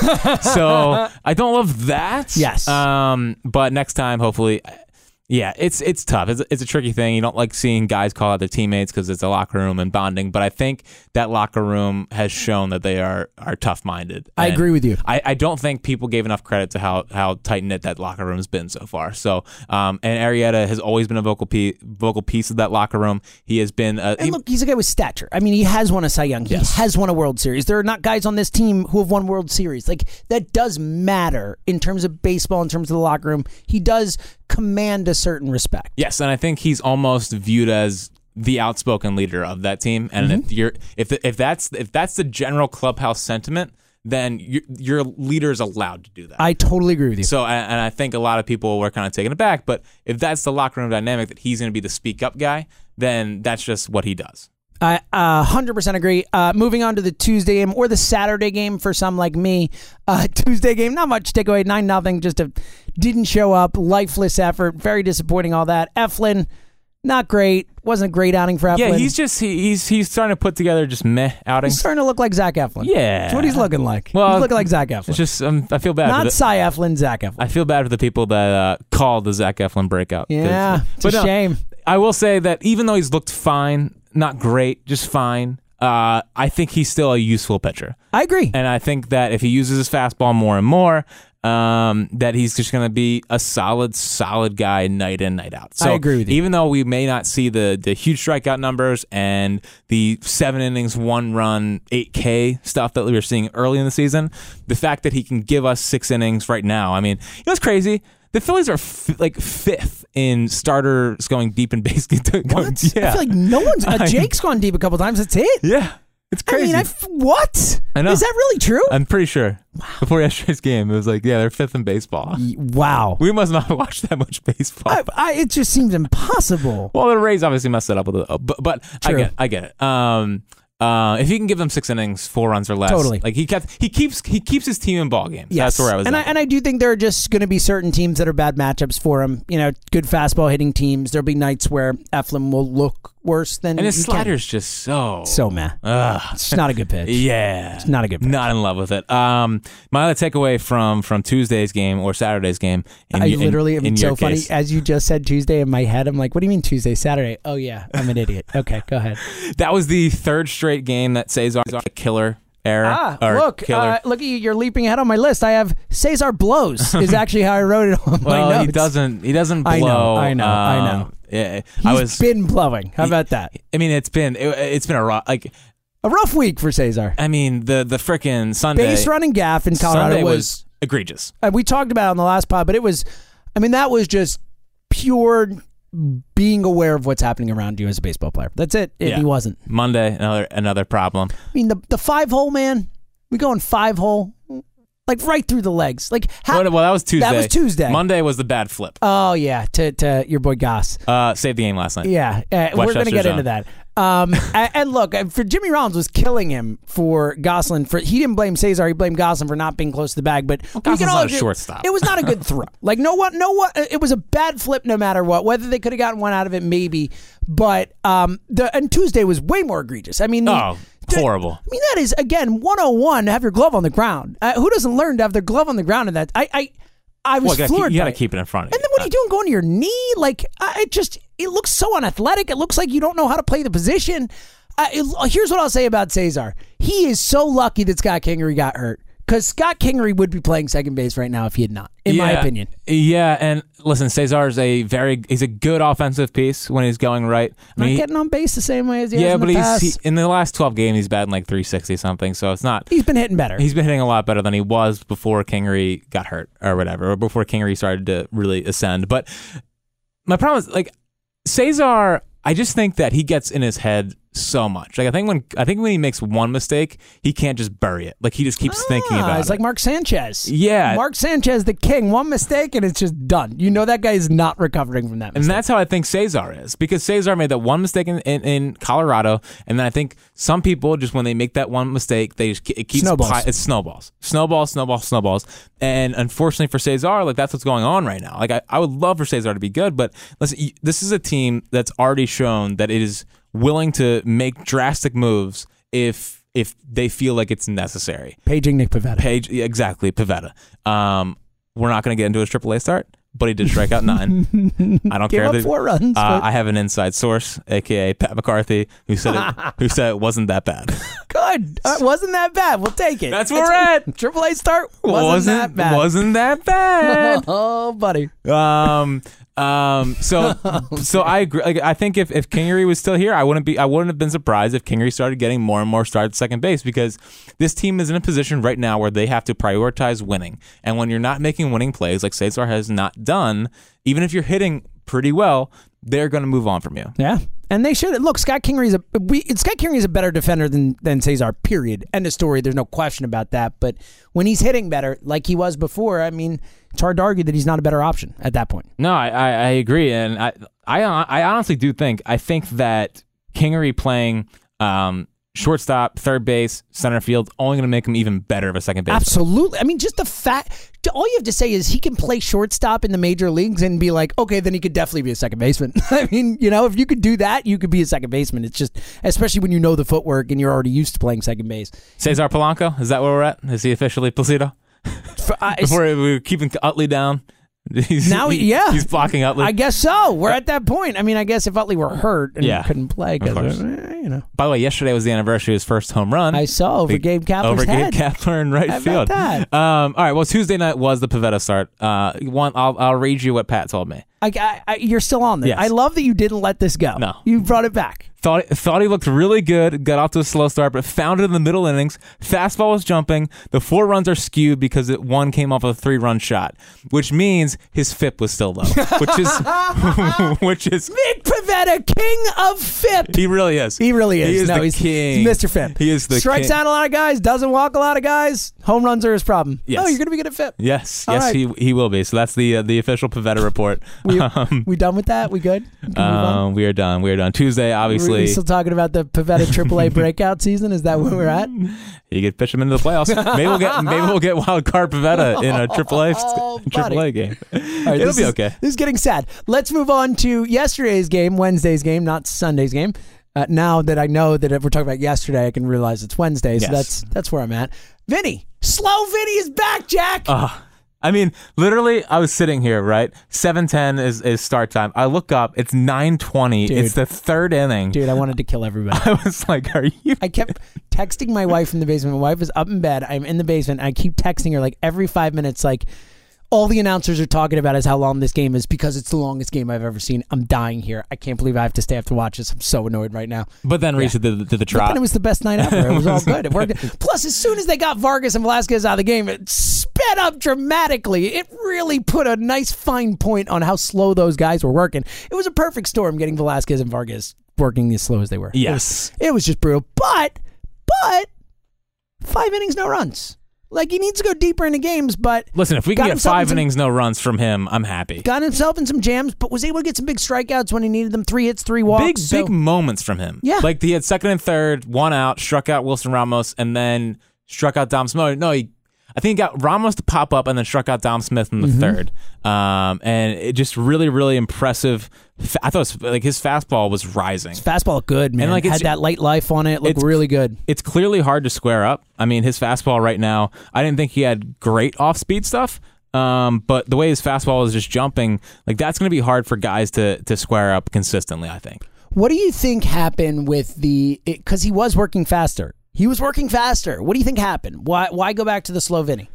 Speaker 4: so I don't love that.
Speaker 3: Yes.
Speaker 4: Um, but next time, hopefully, yeah, it's it's tough. It's it's a tricky thing. You don't like seeing guys call out their teammates because it's a locker room and bonding. But I think that locker room has shown that they are are tough minded.
Speaker 3: I agree with you.
Speaker 4: I, I don't think people gave enough credit to how how tight knit that locker room has been so far. So, um, and Arietta has always been a vocal piece, vocal piece of that locker room. He has been. A,
Speaker 3: And look, he's a guy with stature. I mean, he has won a Cy Young. He has won a World Series. There are not guys on this team who have won World Series. Like that does matter in terms of baseball, in terms of the locker room. He does command a certain respect.
Speaker 4: yes, and I think he's almost viewed as the outspoken leader of that team. And
Speaker 3: Mm-hmm.
Speaker 4: if you're if if that's if that's the general clubhouse sentiment, then your your leader is allowed to do that.
Speaker 3: I totally agree with you.
Speaker 4: So, and, and I think a lot of people were kind of taken aback. But if that's the locker room dynamic that he's going to be the speak up guy, then that's just what he does.
Speaker 3: I uh, 100% agree. Uh, moving on to the Tuesday game or the Saturday game for some like me. Uh, Tuesday game, not much takeaway, 9 nothing. just a didn't show up, lifeless effort, very disappointing, all that. Eflin, Not great. Wasn't a great outing for Eflin.
Speaker 4: Yeah, he's just he, he's he's starting to put together just meh
Speaker 3: He's
Speaker 4: outings.
Speaker 3: starting to look like Zach Eflin.
Speaker 4: Yeah.
Speaker 3: That's what he's looking like.
Speaker 4: Well,
Speaker 3: he's looking like Zach Eflin.
Speaker 4: It's just um, I feel bad. for
Speaker 3: Not
Speaker 4: the-
Speaker 3: Cy Eflin, Zach Eflin.
Speaker 4: I feel bad for the people that uh, called the Zach Eflin breakout. 'Cause-
Speaker 3: yeah, it's a
Speaker 4: no,
Speaker 3: shame.
Speaker 4: I will say that even though he's looked fine, not great, just fine. Uh, I think he's still a useful pitcher,
Speaker 3: I agree.
Speaker 4: and I think that if he uses his fastball more and more, um, that he's just going to be a solid, solid guy night in, night out. So
Speaker 3: agree with you.
Speaker 4: Even though we may not see the the huge strikeout numbers and the seven innings, one run, eight K stuff that we were seeing early in the season, the fact that he can give us six innings right now, I mean, you know what's crazy? The Phillies are f- like fifth in starters going deep in basically. going-
Speaker 3: What?
Speaker 4: Yeah.
Speaker 3: I feel like no one's. Uh,
Speaker 4: I-
Speaker 3: Jake's gone deep a couple times. That's it.
Speaker 4: yeah. It's
Speaker 3: I
Speaker 4: crazy.
Speaker 3: mean, I f- what?
Speaker 4: I know.
Speaker 3: Is that really true?
Speaker 4: I'm pretty sure. Before yesterday's game, it was like, yeah, they're fifth in baseball.
Speaker 3: Y- wow.
Speaker 4: We must not watch that much baseball.
Speaker 3: Mm. I, I, it just seems impossible.
Speaker 4: well, the Rays obviously messed it up with the, but, but I
Speaker 3: True.
Speaker 4: get, I get it. Um, uh, if you can give them six innings, four runs or less,
Speaker 3: Totally.
Speaker 4: Like he kept, he keeps, he keeps his team in ball games.
Speaker 3: Yes.
Speaker 4: That's where I was.
Speaker 3: And I,
Speaker 4: at.
Speaker 3: and I do think there are just going to be certain teams that are bad matchups for him. You know, good fastball hitting teams. There'll be nights where Eflin will look worse than
Speaker 4: and his
Speaker 3: you can.
Speaker 4: slider's just so,
Speaker 3: So meh.
Speaker 4: Ugh.
Speaker 3: It's not a good pitch.
Speaker 4: yeah,
Speaker 3: It's not a good pitch.
Speaker 4: Not in love with it. Um, my other takeaway from from Tuesday's game or Saturday's game. In,
Speaker 3: I
Speaker 4: y- in-
Speaker 3: literally am
Speaker 4: in
Speaker 3: so
Speaker 4: your
Speaker 3: funny.
Speaker 4: case,
Speaker 3: As you just said Tuesday in my head, I'm like, what do you mean Tuesday, Saturday? Oh, yeah, I'm an idiot. Okay, go ahead.
Speaker 4: That was the third straight game that Cesar is a killer error.
Speaker 3: Ah,
Speaker 4: or
Speaker 3: look,
Speaker 4: killer.
Speaker 3: uh, look at you. You're leaping ahead on my list. I have Cesar blows is actually how I wrote it on my
Speaker 4: well,
Speaker 3: notes.
Speaker 4: he doesn't. He doesn't blow.
Speaker 3: I know, I know, I
Speaker 4: um,
Speaker 3: know.
Speaker 4: Yeah,
Speaker 3: He's
Speaker 4: I was.
Speaker 3: been blowing. How
Speaker 4: He-
Speaker 3: about that?
Speaker 4: I mean, it's been. It, it's been a rock. Like,
Speaker 3: A rough week for Cesar.
Speaker 4: I mean, the the frickin' Sunday.
Speaker 3: Base running gaff in Colorado
Speaker 4: Sunday was,
Speaker 3: was
Speaker 4: egregious.
Speaker 3: uh, we talked about it on the last pod, but it was, I mean, that was just pure being aware of what's happening around you as a baseball player. That's it. And
Speaker 4: Yeah.
Speaker 3: He wasn't.
Speaker 4: Monday, another another problem.
Speaker 3: I mean, the the five hole man, we going five hole, like right through the legs. Like how?
Speaker 4: well, well, that was Tuesday.
Speaker 3: was Tuesday.
Speaker 4: Monday was the bad flip.
Speaker 3: oh yeah, to to your boy Goss.
Speaker 4: Uh, saved the game last night.
Speaker 3: Oh. Yeah, uh, we're going to
Speaker 4: Westchester
Speaker 3: get
Speaker 4: zone.
Speaker 3: into that. Um, a- and look, uh, for Jimmy Rollins was killing him for Goslin. For he didn't blame Cesar, he blamed Goslin for not being close to the bag. But we
Speaker 4: Gosselin's
Speaker 3: can all
Speaker 4: not a
Speaker 3: agree-
Speaker 4: shortstop.
Speaker 3: It was not a good throw. Like no what, no what. It was a bad flip, no matter what. Whether they could have gotten one out of it, maybe. But um, the and Tuesday was way more egregious. I mean, the-
Speaker 4: Oh,
Speaker 3: the-
Speaker 4: horrible.
Speaker 3: I mean, that is again 101 to have your glove on the ground. Uh, who doesn't learn to have their glove on the ground? And that I I I was
Speaker 4: Well, you gotta,
Speaker 3: floored.
Speaker 4: keep, you
Speaker 3: by
Speaker 4: gotta
Speaker 3: it.
Speaker 4: keep it in front of
Speaker 3: And then what are you doing going to your knee? Like, I, it just, it looks so unathletic. It looks like you don't know how to play the position. I, it- here's what I'll say about Cesar. He is so lucky that Scott Kingery got hurt because Scott Kingery would be playing second base right now if he had not, in my
Speaker 4: Yeah.
Speaker 3: opinion.
Speaker 4: Yeah, and listen, Cesar is a very he's a good offensive piece when he's going right. I
Speaker 3: Not
Speaker 4: mean, he-
Speaker 3: getting on base the same way as he has
Speaker 4: yeah,
Speaker 3: in
Speaker 4: but
Speaker 3: the
Speaker 4: he's
Speaker 3: past.
Speaker 4: he, in the last twelve games he's batting like three sixty something, so it's not
Speaker 3: he's been hitting better.
Speaker 4: He's been hitting a lot better than he was before Kingery got hurt or whatever, or before Kingery started to really ascend. But my problem is like Cesar, I just think that he gets in his head so much. Like I think when I think when he makes one mistake, he can't just bury it. Like he just keeps thinking
Speaker 3: Ah,
Speaker 4: about
Speaker 3: it's
Speaker 4: it.
Speaker 3: like Mark Sanchez.
Speaker 4: yeah.
Speaker 3: Mark Sanchez, the king, one mistake and it's just done. You know that guy is not recovering from that
Speaker 4: and
Speaker 3: mistake.
Speaker 4: that's how I think Cesar is because Cesar made that one mistake in, in, in Colorado, and then I think some people just when they make that one mistake, they just ke- it keeps
Speaker 3: Snowballs.
Speaker 4: pi- it's snowballs, snowballs, snowballs, snowballs, and unfortunately for Cesar, like that's what's going on right now. Like I, I would love for Cesar to be good, but listen, y- this is a team that's already shown that it is willing to make drastic moves if if they feel like it's necessary.
Speaker 3: Paging Nick Pavetta.
Speaker 4: Page exactly Pavetta. Um, we're not going to get into his AAA start, but he did strike out nine. I don't
Speaker 3: Gave
Speaker 4: care.
Speaker 3: up
Speaker 4: that-
Speaker 3: four runs.
Speaker 4: uh,
Speaker 3: but-
Speaker 4: I have an inside source, aka Pat McCarthy, who said it, who said it wasn't that bad.
Speaker 3: Good. Uh, wasn't that bad. We'll take it.
Speaker 4: That's where we're at.
Speaker 3: Triple A start wasn't, that bad.
Speaker 4: Wasn't that bad.
Speaker 3: oh, buddy.
Speaker 4: um, um, so,
Speaker 3: Oh,
Speaker 4: so I agree. Like, I think if if Kingery was still here, I wouldn't be. I wouldn't have been surprised if Kingery started getting more and more starts at second base because this team is in a position right now where they have to prioritize winning. And when you're not making winning plays, like Cesar has not done, even if you're hitting pretty well, they're going to move on from you.
Speaker 3: Yeah. And they should look. Scott Kingery is a we. Scott Kingery is a better defender than than Cesar. Period. End of story. There's no question about that. But when he's hitting better, like he was before, I mean, it's hard to argue that he's not a better option at that point.
Speaker 4: No, I, I, I agree, and I, I hon- I honestly do think I think that Kingery playing um, shortstop, third base, center field, only going to make him even better of a second baseman.
Speaker 3: Absolutely. I mean, just the fact to- all you have to say is he can play shortstop in the major leagues and be like, okay, then he could definitely be a second baseman. I mean, you know, if you could do that, you could be a second baseman. It's just, especially when you know the footwork and you're already used to playing second base.
Speaker 4: Cesar Polanco, is that where we're at? Is he officially Placido?
Speaker 3: For- I,
Speaker 4: Before we were keeping Utley down. He's,
Speaker 3: Now, yeah.
Speaker 4: he's blocking Utley.
Speaker 3: I guess so. We're at that point. I mean, I guess if Utley were hurt and
Speaker 4: Yeah.
Speaker 3: couldn't play,
Speaker 4: Of
Speaker 3: because
Speaker 4: course.
Speaker 3: you know,
Speaker 4: By the way, yesterday was the anniversary of his first home run.
Speaker 3: I saw over
Speaker 4: Big-
Speaker 3: Gabe Kapler's
Speaker 4: over
Speaker 3: head.
Speaker 4: Gabe Kapler in right
Speaker 3: How about
Speaker 4: field.
Speaker 3: that?
Speaker 4: Um, all right. Well, Tuesday night was the Pavetta start. Uh, you want? I'll, I'll read you what Pat told me.
Speaker 3: I, I, I, you're still on this.
Speaker 4: Yes.
Speaker 3: I love that you didn't let this go.
Speaker 4: No.
Speaker 3: you brought it back.
Speaker 4: Thought thought he looked really good. Got off to a slow start, but found it in the middle innings. Fastball was jumping. The four runs are skewed because it, one came off a three run shot, which means his FIP was still low. Which is which is
Speaker 3: Nick Pavetta, king of FIP.
Speaker 4: he really is.
Speaker 3: He really is.
Speaker 4: He is
Speaker 3: no,
Speaker 4: the
Speaker 3: he's
Speaker 4: king.
Speaker 3: he's Mr. FIP.
Speaker 4: He is the
Speaker 3: strikes
Speaker 4: king.
Speaker 3: out a lot of guys, doesn't walk a lot of guys. Home runs are his problem.
Speaker 4: Yes.
Speaker 3: Oh, you're gonna be good at FIP.
Speaker 4: Yes,
Speaker 3: All
Speaker 4: yes,
Speaker 3: right.
Speaker 4: he he will be. So that's the uh, the official Pavetta report.
Speaker 3: We,
Speaker 4: um,
Speaker 3: we done with that? We good? We can move on?
Speaker 4: um, we are done. We are done. Tuesday,
Speaker 3: We're-
Speaker 4: obviously,
Speaker 3: we're still talking about the Pavetta AAA breakout season. Is that where we're at?
Speaker 4: you could pitch him into the playoffs. maybe we'll get maybe we'll get wild card Pavetta in a AAA
Speaker 3: Oh, buddy.
Speaker 4: AAA game.
Speaker 3: All right,
Speaker 4: It'll
Speaker 3: this
Speaker 4: be
Speaker 3: is-
Speaker 4: okay.
Speaker 3: This is getting sad. Let's move on to yesterday's game, Wednesday's game, not Sunday's game. Uh, now that I know that if we're talking about yesterday, I can realize it's Wednesday. So
Speaker 4: Yes.
Speaker 3: that's that's where I'm at. Vinny, slow Vinny is back, Jack.
Speaker 4: Uh, I mean, literally, I was sitting here, right? Seven ten is, is start time. I look up, it's nine twenty. It's the third inning.
Speaker 3: Dude, I wanted to kill everybody.
Speaker 4: I was like, "Are you?"
Speaker 3: I kept texting my wife in the basement. My wife is up in bed. I'm in the basement. I keep texting her like every five minutes, like all the announcers are talking about is how long this game is because it's the longest game I've ever seen. I'm dying here. I can't believe I have to stay up to watch this. I'm so annoyed right now.
Speaker 4: But then reached to the to the
Speaker 3: But
Speaker 4: drop.
Speaker 3: then it was the best night ever. It was all good. It worked. Plus, as soon as they got Vargas and Velasquez out of the game, it sped up dramatically. It really put a nice fine point on how slow those guys were working. It was a perfect storm getting Velasquez and Vargas working as slow as they were. It was-
Speaker 4: yes,
Speaker 3: It was, just brutal. But, but, five innings, no runs. Like, he needs to go deeper into games, but
Speaker 4: Listen, if we can
Speaker 3: Got
Speaker 4: get
Speaker 3: himself
Speaker 4: five
Speaker 3: into-
Speaker 4: innings, no runs from him, I'm happy.
Speaker 3: got himself in some jams, but was able to get some big strikeouts when he needed them. Three hits, three walks.
Speaker 4: big
Speaker 3: so-
Speaker 4: big moments from him.
Speaker 3: Yeah.
Speaker 4: like he had second and third, one out, struck out Wilson Ramos, and then struck out Dom Smith. No, he, I think he got Ramos to pop up, and then struck out Dom Smith in the
Speaker 3: Mm-hmm.
Speaker 4: third. Um, and it just really, really impressive. Fa- I thought it was, like his fastball was rising.
Speaker 3: Fastball looked good, man.
Speaker 4: And, like,
Speaker 3: had
Speaker 4: it's-
Speaker 3: that light life on it. Looked
Speaker 4: it's-
Speaker 3: really good.
Speaker 4: It's clearly hard to square up. I mean, his fastball right now. I didn't think he had great off speed stuff. Um, but the way his fastball is just jumping, like that's going to be hard for guys to to square up consistently. I think.
Speaker 3: What do you think happened with the? Because he was working faster. He was working faster. What do you think happened? Why? Why go back to the slow Vinny?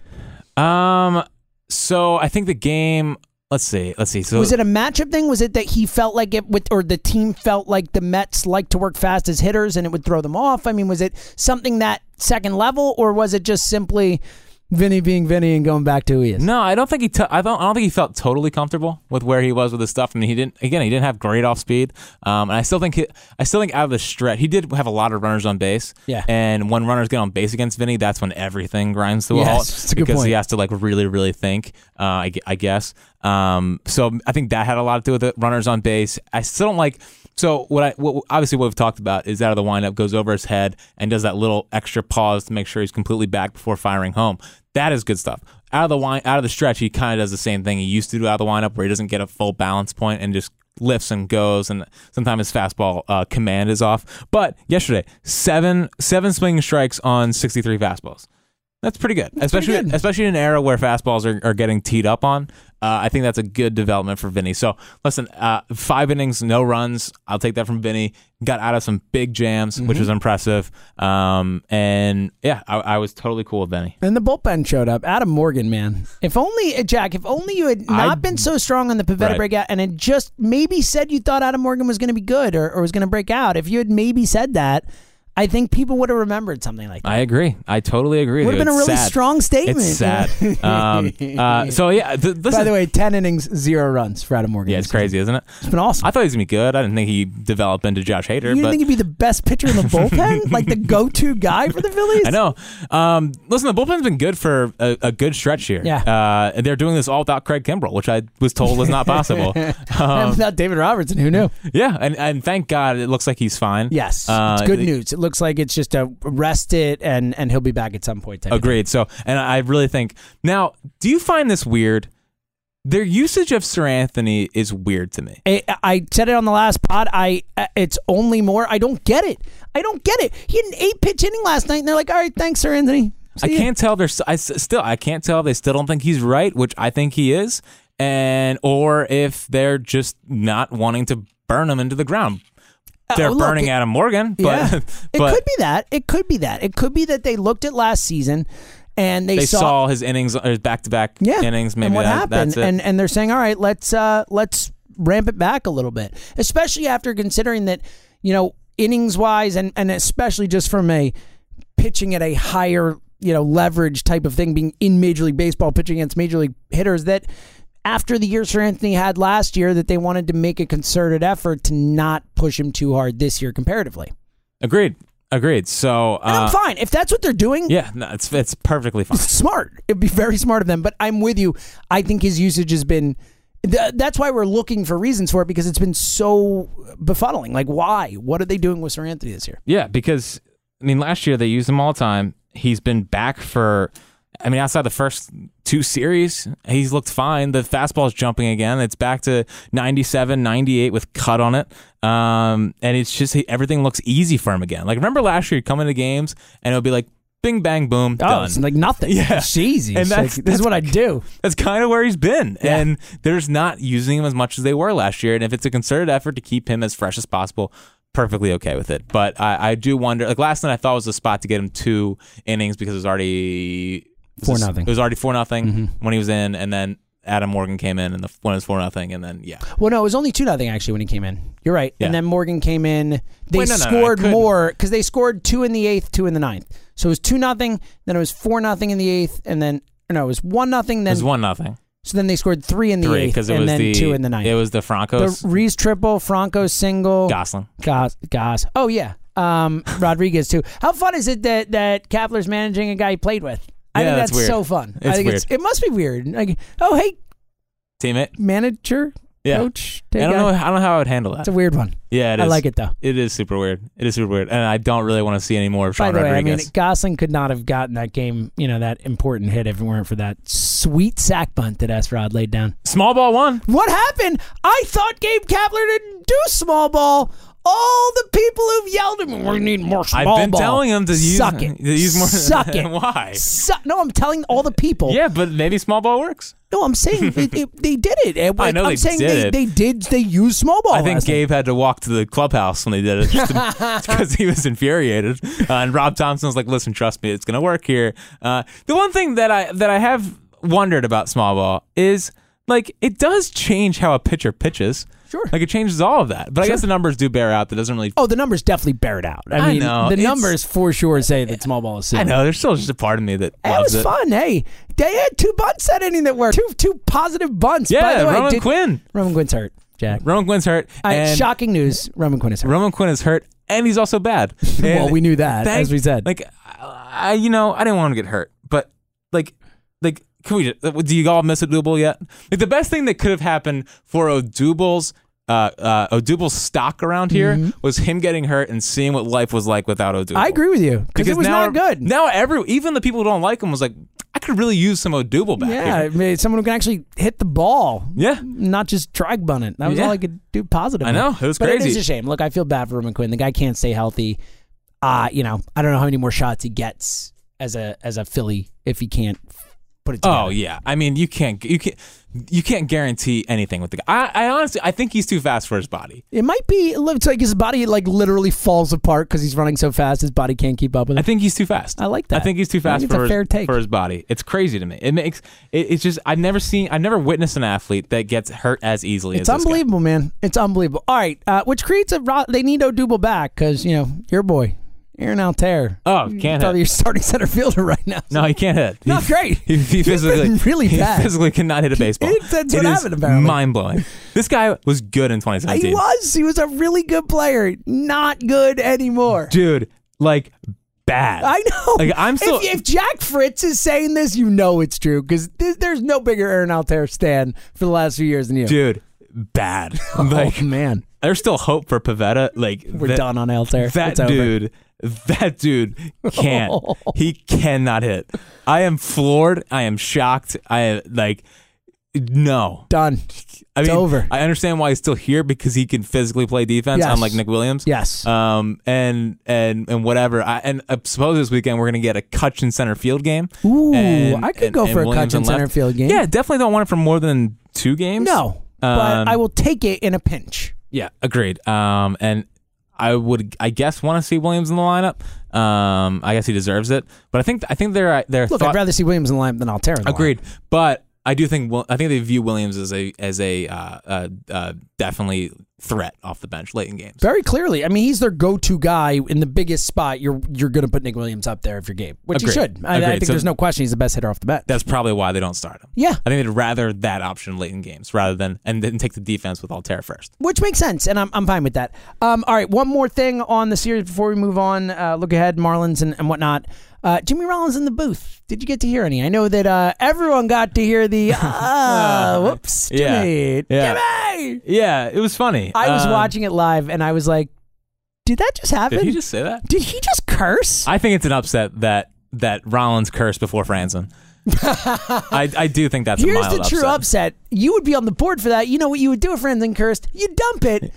Speaker 4: Um. So I think the game. Let's see. Let's see. So
Speaker 3: Was it a matchup thing? Was it that he felt like it, with, or the team felt like the Mets like to work fast as hitters and it would throw them off? I mean, was it something that second level, or was it just simply Vinny being Vinny and going back to who he is?
Speaker 4: no, I don't think he. T- I don't. I don't think he felt totally comfortable with where he was with his stuff. I mean, he didn't. Again, he didn't have great off speed. Um, and I still think. He, I still think out of the stretch, he did have a lot of runners on base.
Speaker 3: Yeah.
Speaker 4: And when runners get on base against Vinny, that's when everything grinds to a
Speaker 3: Yes,
Speaker 4: halt
Speaker 3: that's a good
Speaker 4: because
Speaker 3: point.
Speaker 4: he has to like really, really think. Uh, I, gu- I guess. Um, so I think that had a lot to do with it. Runners on base. I still don't like. So what I what, obviously what we've talked about is out of the windup goes over his head and does that little extra pause to make sure he's completely back before firing home. That is good stuff. Out of the wine, out of the stretch, he kind of does the same thing he used to do out of the windup, where he doesn't get a full balance point and just lifts and goes, and sometimes his fastball uh, command is off. But yesterday, seven seven swinging strikes on sixty three fastballs. That's pretty good,
Speaker 3: pretty
Speaker 4: especially
Speaker 3: good.
Speaker 4: especially in an era where fastballs are, are getting teed up on. Uh, I think that's a good development for Vinny. So listen, uh, five innings, no runs. I'll take that from Vinny. Got out of some big jams, which was impressive. Um, and yeah, I, I was totally cool with Vinny.
Speaker 3: And the bullpen showed up. Adam Morgan, man. If only uh, Jack, if only you had not
Speaker 4: I-
Speaker 3: been so strong on the Pavetta
Speaker 4: Right.
Speaker 3: breakout and had just maybe said you thought Adam Morgan was going to be good or, or was going to break out. If you had maybe said that, I think people would have remembered something like that.
Speaker 4: I agree. I totally agree.
Speaker 3: Would
Speaker 4: with
Speaker 3: have been
Speaker 4: you.
Speaker 3: a
Speaker 4: It's
Speaker 3: really
Speaker 4: sad.
Speaker 3: strong statement.
Speaker 4: It's sad. um, uh, so yeah, th- listen.
Speaker 3: By the way, ten innings, zero runs for Adam Morgan.
Speaker 4: yeah, it's
Speaker 3: this season.
Speaker 4: crazy, isn't it?
Speaker 3: It's been awesome.
Speaker 4: I thought he was gonna be good. I didn't think he developed into Josh Hader.
Speaker 3: you didn't
Speaker 4: but
Speaker 3: think he'd be the best pitcher in the bullpen, like the go-to guy for the Phillies?
Speaker 4: I know. Um, listen, the bullpen's been good for a, a good stretch here.
Speaker 3: Yeah.
Speaker 4: Uh, and they're doing this all without Craig Kimbrell, which I was told was not possible. Um,
Speaker 3: Um, And without David Robertson, who knew?
Speaker 4: yeah, and, and thank God it looks like he's fine.
Speaker 3: Yes,
Speaker 4: Uh,
Speaker 3: it's good news. It looks like it's just a rest it and and he'll be back at some point. type of thing.
Speaker 4: Agreed. So, and I really think now, do you find this weird? Their usage of Sir Anthony is weird to me.
Speaker 3: I, I said it on the last pod. I uh, it's only more. I don't get it. I don't get it. He had an eight pitch inning last night, and they're like, "All right, thanks, Sir Anthony."
Speaker 4: I
Speaker 3: See ya."
Speaker 4: can't tell. They're s- I s- still. I can't tell. if They still don't think he's right, which I think he is, and or if they're just not wanting to burn him into the ground. They're
Speaker 3: Uh, oh, look,
Speaker 4: burning
Speaker 3: it-
Speaker 4: Adam Morgan, but
Speaker 3: Yeah.
Speaker 4: but
Speaker 3: it could be that. It could be that. It could be that they looked at last season and they,
Speaker 4: they saw his innings, or his back-to-back
Speaker 3: yeah,
Speaker 4: innings. Maybe
Speaker 3: and what
Speaker 4: that-
Speaker 3: happened,
Speaker 4: that's it.
Speaker 3: and and they're saying, all right, let's uh, let's ramp it back a little bit, especially after considering that you know innings wise, and and especially just from a pitching at a higher you know leverage type of thing, being in Major League Baseball, pitching against Major League hitters that. After the year Sir Anthony had last year, that they wanted to make a concerted effort to not push him too hard this year comparatively.
Speaker 4: agreed, agreed. So
Speaker 3: And
Speaker 4: uh,
Speaker 3: I'm fine. If that's what they're doing,
Speaker 4: yeah, no, it's it's perfectly fine.
Speaker 3: smart. It'd be very smart of them. But I'm with you. I think his usage has been. Th- that's why we're looking for reasons for it because it's been so befuddling. Like, why? What are they doing with Sir Anthony this year?
Speaker 4: Yeah, because I mean, last year they used him all the time. He's been back for, I mean, outside the first two series, he's looked fine. The fastball's jumping again. It's back to 97, 98 with cut on it. Um, and it's just he, everything looks easy for him again. Like remember last year, he'd come into games and it would be like, bing bang boom,
Speaker 3: Oh,
Speaker 4: done.
Speaker 3: it's like nothing.
Speaker 4: Yeah.
Speaker 3: It's easy.
Speaker 4: And
Speaker 3: It's
Speaker 4: that's-
Speaker 3: like, this
Speaker 4: that's-
Speaker 3: is what I do.
Speaker 4: That's kind of where he's been. And there's not using him as much as they were last year. And if it's a concerted effort to keep him as fresh as possible, perfectly okay with it. But I, I do wonder like last night I thought was the spot to get him two innings because it was already it was
Speaker 3: Four
Speaker 4: just-
Speaker 3: nothing. Mm-hmm.
Speaker 4: It was already four nothing when he was in and then Adam Morgan came in and the one was four nothing and then yeah.
Speaker 3: Well, no, it was only two nothing actually when he came in. You're right.
Speaker 4: Yeah.
Speaker 3: And then Morgan came in. They
Speaker 4: Wait, no, no, no, I
Speaker 3: scored
Speaker 4: couldn't.
Speaker 3: more because they scored two in the eighth, two in the ninth. So it was two nothing. Then it was four nothing in the eighth, and then or no, it was one nothing.
Speaker 4: It
Speaker 3: Then
Speaker 4: was one nothing.
Speaker 3: so then they scored three in the
Speaker 4: Three
Speaker 3: eighth,
Speaker 4: because it
Speaker 3: and
Speaker 4: was
Speaker 3: then
Speaker 4: the
Speaker 3: two in the ninth.
Speaker 4: It was the Francos
Speaker 3: The Reese triple, Franco single,
Speaker 4: Goslin.
Speaker 3: Goss, Goss. Oh yeah, um, Rodriguez too. How fun is it that that Kapler's managing a guy he played with? I
Speaker 4: Yeah,
Speaker 3: think
Speaker 4: that's
Speaker 3: that's,
Speaker 4: weird.
Speaker 3: so fun. I
Speaker 4: It's
Speaker 3: think It's, it must be weird. Like, oh hey,
Speaker 4: Teammate.
Speaker 3: manager,
Speaker 4: Yeah.
Speaker 3: coach.
Speaker 4: I
Speaker 3: take
Speaker 4: don't
Speaker 3: a-
Speaker 4: know I don't know how I would handle
Speaker 3: It's
Speaker 4: that.
Speaker 3: a weird one.
Speaker 4: Yeah, it
Speaker 3: I
Speaker 4: is.
Speaker 3: like it though.
Speaker 4: It is super weird. It is super weird. And I don't really want to see any more of
Speaker 3: By
Speaker 4: Sean
Speaker 3: the way, I
Speaker 4: Rodriguez.
Speaker 3: mean Gosling could not have gotten that game, you know, that important hit if it weren't for that sweet sack bunt that Esrod laid down.
Speaker 4: Small ball one.
Speaker 3: What happened? I thought Gabe Kapler didn't do small ball. All the people who've yelled at me, we need more small
Speaker 4: I've
Speaker 3: ball.
Speaker 4: been telling him to use-
Speaker 3: suck it.
Speaker 4: to use more-
Speaker 3: Suck it.
Speaker 4: Why?
Speaker 3: Su- no, I'm telling all the people.
Speaker 4: Yeah, but maybe small ball works.
Speaker 3: No, I'm saying it, it, they did it. And
Speaker 4: I know
Speaker 3: I'm
Speaker 4: they
Speaker 3: saying
Speaker 4: did
Speaker 3: they,
Speaker 4: it.
Speaker 3: they did. They used small ball.
Speaker 4: I think
Speaker 3: last night.
Speaker 4: Gabe had to walk to the clubhouse when they did it just because he was infuriated. Uh, and Rob Thompson was like, "Listen, trust me, it's going to work here." Uh, the one thing that I that I have wondered about small ball is like it does change how a pitcher pitches.
Speaker 3: Sure.
Speaker 4: like it changes all of that. But I guess the numbers do bear out. That doesn't really.
Speaker 3: Oh, the numbers definitely bear it out. I,
Speaker 4: I
Speaker 3: mean,
Speaker 4: know.
Speaker 3: the
Speaker 4: It's-
Speaker 3: numbers for sure say that small ball is.
Speaker 4: I
Speaker 3: safe.
Speaker 4: know there's still just a part of me that
Speaker 3: That
Speaker 4: loves
Speaker 3: was
Speaker 4: it.
Speaker 3: fun. Hey, they had two bunts that inning that worked. Two two positive bunts. By
Speaker 4: Yeah,
Speaker 3: the way,
Speaker 4: Roman
Speaker 3: did-
Speaker 4: Quinn.
Speaker 3: Roman Quinn's hurt. Jack.
Speaker 4: Roman Quinn's hurt.
Speaker 3: I-
Speaker 4: and
Speaker 3: shocking news. Roman Quinn is hurt.
Speaker 4: Roman Quinn is hurt, and he's also bad.
Speaker 3: well,
Speaker 4: And
Speaker 3: we knew that
Speaker 4: thank-
Speaker 3: as we said.
Speaker 4: Like, I, you know, I didn't want him to get hurt, but like, like, can we? Just, do you all miss Odubel yet? Like, the best thing that could have happened for Odubel's. Uh, uh, Odubel's stock around here was him getting hurt and seeing what life was like without Odubel.
Speaker 3: Mm-hmm. I agree with you because it was
Speaker 4: now,
Speaker 3: not good.
Speaker 4: Now every even the people who don't like him was like, I could really use some Odubel back
Speaker 3: yeah, I
Speaker 4: here.
Speaker 3: mean, someone who can actually hit the ball,
Speaker 4: Yeah,
Speaker 3: not just drag bun it. That was
Speaker 4: Yeah.
Speaker 3: all I could do positive.
Speaker 4: I know it was
Speaker 3: but
Speaker 4: crazy.
Speaker 3: it is a shame. Look, I feel bad for Roman Quinn. The guy can't stay healthy. Uh, you know, I don't know how many more shots he gets as a as a Philly if he can't put it together.
Speaker 4: Oh yeah, I mean you can't you can't you can't guarantee anything with the guy. I, I honestly I think he's too fast for his body.
Speaker 3: It might be. It's like his body like literally falls apart because he's running so fast. His body can't keep up with
Speaker 4: I
Speaker 3: it.
Speaker 4: think he's too fast.
Speaker 3: I like that.
Speaker 4: I think he's too
Speaker 3: I
Speaker 4: fast
Speaker 3: think it's
Speaker 4: for
Speaker 3: a
Speaker 4: his,
Speaker 3: fair take.
Speaker 4: for his body. It's crazy to me. It makes it, it's just I've never seen I've never witnessed an athlete that gets hurt as easily
Speaker 3: It's
Speaker 4: as this guy.
Speaker 3: unbelievable, man. It's unbelievable. All right, uh, which creates a ro- they need Odubel back because you know your boy Aaron Altair.
Speaker 4: Oh, can't
Speaker 3: Mm, probably
Speaker 4: hit.
Speaker 3: your starting center fielder right now.
Speaker 4: No, he can't hit.
Speaker 3: Not
Speaker 4: He-
Speaker 3: great.
Speaker 4: He, he physically
Speaker 3: been really
Speaker 4: he
Speaker 3: bad.
Speaker 4: physically cannot hit a baseball.
Speaker 3: that's what happened, apparently.
Speaker 4: Mind blowing. This guy was good in 2017.
Speaker 3: He was. He was a really good player. Not good anymore.
Speaker 4: dude. Like bad.
Speaker 3: I know.
Speaker 4: Like, I'm still-
Speaker 3: If, if Jack Fritz is saying this, you know it's true because there's no bigger Aaron Altair stan for the last few years than you.
Speaker 4: dude. Bad.
Speaker 3: oh
Speaker 4: Like
Speaker 3: man,
Speaker 4: there's still hope for Pavetta. Like
Speaker 3: we're
Speaker 4: that-
Speaker 3: done on Altair.
Speaker 4: That
Speaker 3: It's over.
Speaker 4: dude That dude can't. he cannot hit. I am floored. I am shocked. I like no.
Speaker 3: Done.
Speaker 4: I
Speaker 3: It's
Speaker 4: mean,
Speaker 3: over.
Speaker 4: I understand why he's still here because he can physically play defense,
Speaker 3: Yes.
Speaker 4: unlike Nick Williams.
Speaker 3: Yes.
Speaker 4: Um. And and and whatever. I, and I suppose this weekend we're gonna get a Cutchin center field game.
Speaker 3: Ooh,
Speaker 4: And-
Speaker 3: I could
Speaker 4: and-
Speaker 3: go
Speaker 4: and
Speaker 3: for a
Speaker 4: Williams
Speaker 3: Cutchin
Speaker 4: and left.
Speaker 3: center field game.
Speaker 4: Yeah, definitely don't want it for more than two games.
Speaker 3: No,
Speaker 4: Um,
Speaker 3: but I will take it in a pinch.
Speaker 4: Yeah, agreed. Um, and I would, I guess, want to see Williams in the lineup. Um, I guess he deserves it, but I think I think they're they're
Speaker 3: Look,
Speaker 4: thought-
Speaker 3: I'd rather see Williams in the lineup than Altera. In the
Speaker 4: agreed, but. I do think Wil- I think they view Williams as a as a uh, uh, uh, definitely threat off the bench late in games.
Speaker 3: lineup. Very clearly, I mean, he's their go-to guy in the biggest spot. You're you're going to put Nick Williams up there if you're game, which you
Speaker 4: Agreed.
Speaker 3: should. I, I
Speaker 4: Agreed.
Speaker 3: think
Speaker 4: So-
Speaker 3: there's no question he's the best hitter off the bat.
Speaker 4: That's probably why they don't start him.
Speaker 3: Yeah.
Speaker 4: I think they'd rather that option late in games rather than and then take the defense with Altair first.
Speaker 3: which makes sense, and I'm, I'm fine with that. Um, all right, one more thing on the series before we move on. Uh, look ahead, Marlins and, and whatnot. Uh, Jimmy Rollins in the booth. Did you get to hear any? I know that uh, everyone got to hear the uh, whoops,
Speaker 4: Yeah.
Speaker 3: Jimmy,
Speaker 4: Yeah.
Speaker 3: Jimmy.
Speaker 4: Yeah, it was funny.
Speaker 3: I was
Speaker 4: Um,
Speaker 3: watching it live, and I was like, did that just happen?
Speaker 4: Did he just say that?
Speaker 3: Did he just curse?
Speaker 4: I think it's an upset that that Rollins cursed before Franzen. I, I do think that's a
Speaker 3: Here's
Speaker 4: mild
Speaker 3: the true upset. You would be on the board for that. You know what you would do if Franzen cursed? You dump it.